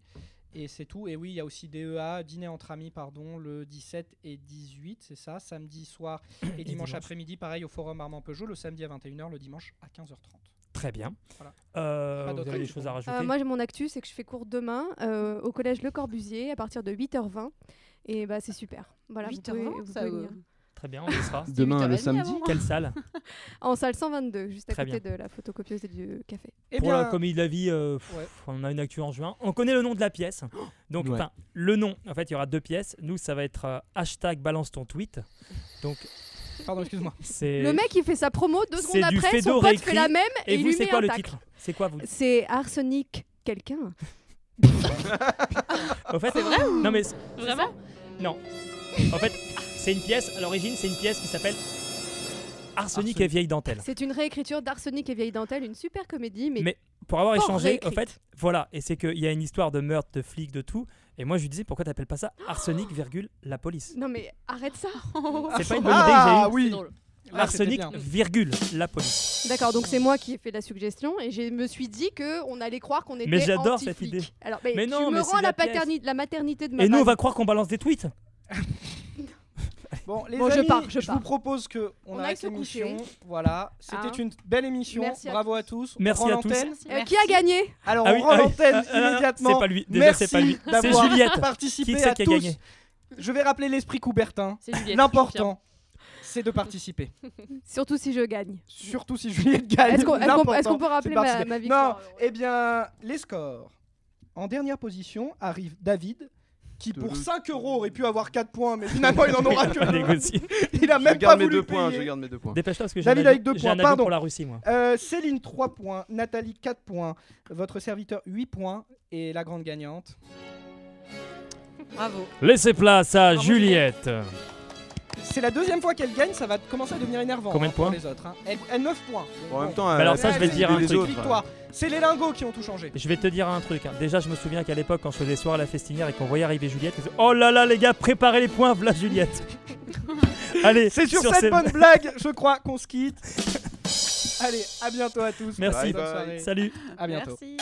et c'est tout et oui il y a aussi DEA dîner entre amis pardon le 17 et 18 c'est ça samedi soir et, dimanche,
dimanche.
après-midi pareil au Forum Armand Peugeot le samedi à 21h le dimanche à 15h30
Très bien.
Voilà.
Euh,
Pas
vous
d'autres
avez des
actus,
choses à
Euh,
rajouter
moi, j'ai mon actu, c'est que je fais cours demain euh, au collège Le Corbusier à partir de 8h20. Et bah, c'est super. Voilà, vous pouvez-
8h20,
vous
ça,
pouvez
euh,
venir.
Très bien, on y sera.
c'était
Demain,
8h30
le samedi.
avant.
Quelle salle
En salle 122, juste à
Très
côté de la photocopieuse et du café.
et
Pour
Eh bien
la comédie de la vie, euh, pff,
Ouais.
on a une actu en juin. On connaît le nom de la pièce. Donc,
Ouais.
enfin, le nom. En fait, il y aura deux pièces. Nous, ça va être euh, hashtag balance ton tweet. Donc,
pardon excuse-moi
c'est.
Le mec, il fait sa promo deux
c'est
secondes
du
après,
Fedot
son pote
réécrit,
fait la même et,
Et,
il
vous,
lui
c'est
met
quoi
un
le
tacle.
titre C'est quoi vous
C'est Arsenic quelqu'un.
En fait, c'est vrai Non, mais c'est-
Vraiment
non. En fait, c'est une pièce. À l'origine, c'est une pièce qui s'appelle Arsenic
Arsenic.
et vieille dentelle.
C'est une réécriture d'Arsenic et vieille dentelle, une super comédie, mais,
Mais pour avoir
Fort
échangé, en
réécrite.
fait, voilà, et c'est qu'il y a une histoire de meurtre, de flics, de tout. Et moi, je lui disais, pourquoi t'appelles pas ça
Ah
arsenic, virgule, la police
non mais arrête ça.
C'est pas une bonne idée que j'ai
ah
eue.
oui Là,
Arsenic,
c'était bien.
virgule, la police.
D'accord, donc c'est moi qui ai fait la suggestion et je me suis dit que on allait croire qu'on était
Mais j'adore cette
anti-flic.
idée.
Alors, mais,
Mais
tu
non,
me
mais c'est
rends
la
la,
pièce.
paterni- la maternité de ma
Et nous, on
vanne.
va croire qu'on balance des tweets.
Bon, les
Bon, je
amis,
pars, je pars.
vous propose que on,
On aille
arrête
se coucher.
l'émission. Voilà, c'était
Hein.
une belle émission.
Merci à
Bravo à tous. On
Merci
rend
à tous.
l'antenne.
Euh, qui a gagné
Alors,
Ah
on
oui,
rend
ah oui.
l'antenne
Ah, ah, ah,
immédiatement.
C'est pas lui. Déjà, c'est
Merci
pas lui. C'est
d'avoir
Juliette.
Participez
Qui
à
c'est qui a
tous.
gagné
Je vais rappeler l'esprit Coubertin.
C'est Juliette, je confirme.
L'important, c'est de participer.
Surtout si je gagne.
Surtout si Juliette gagne.
Est-ce qu'on est-ce qu'on- est-ce
L'important,
qu'on peut
c'est de
rappeler ma,
participer.
ma victoire
Non, eh bien, les scores. En dernière position arrive David, qui pour 5 euros aurait pu avoir 4 points, mais finalement il en aura que
Pas
deux.
négocier.
Il a
Je
même pas
garde mes
voulu
deux points,
payer.
je garde mes deux points.
Dépêche-toi parce que j'ai un
David
avion-
avec deux
j'ai un
points,
avion
pardon.
pour la Russie, moi.
Euh, Céline 3 points, Nathalie 4 points, votre serviteur 8 points et la grande gagnante.
Bravo.
Laissez place à
Bravo,
Juliette.
C'est la deuxième fois qu'elle gagne, ça va commencer à devenir énervant
Combien de
hein, pour
points
les autres. hein. Elle, elle 9 points. Donc
Bon, en
bon.
même temps,
Bah, alors
euh,
ça, je vais
c'est
dire un
les
truc.
autres.
Victoire. C'est les lingots qui ont tout changé.
Je vais te dire un truc. hein. Déjà, je me souviens qu'à l'époque, quand je faisais soir à la festinière et qu'on voyait arriver Juliette, on disait, oh là là, les gars, préparez les points, voilà Juliette. Allez,
C'est sur,
ces-
cette bonne blague, je crois, qu'on se quitte. Allez, à bientôt à tous.
Merci.
Bonne
Bye bye.
soirée.
Salut.
À bientôt.
Merci.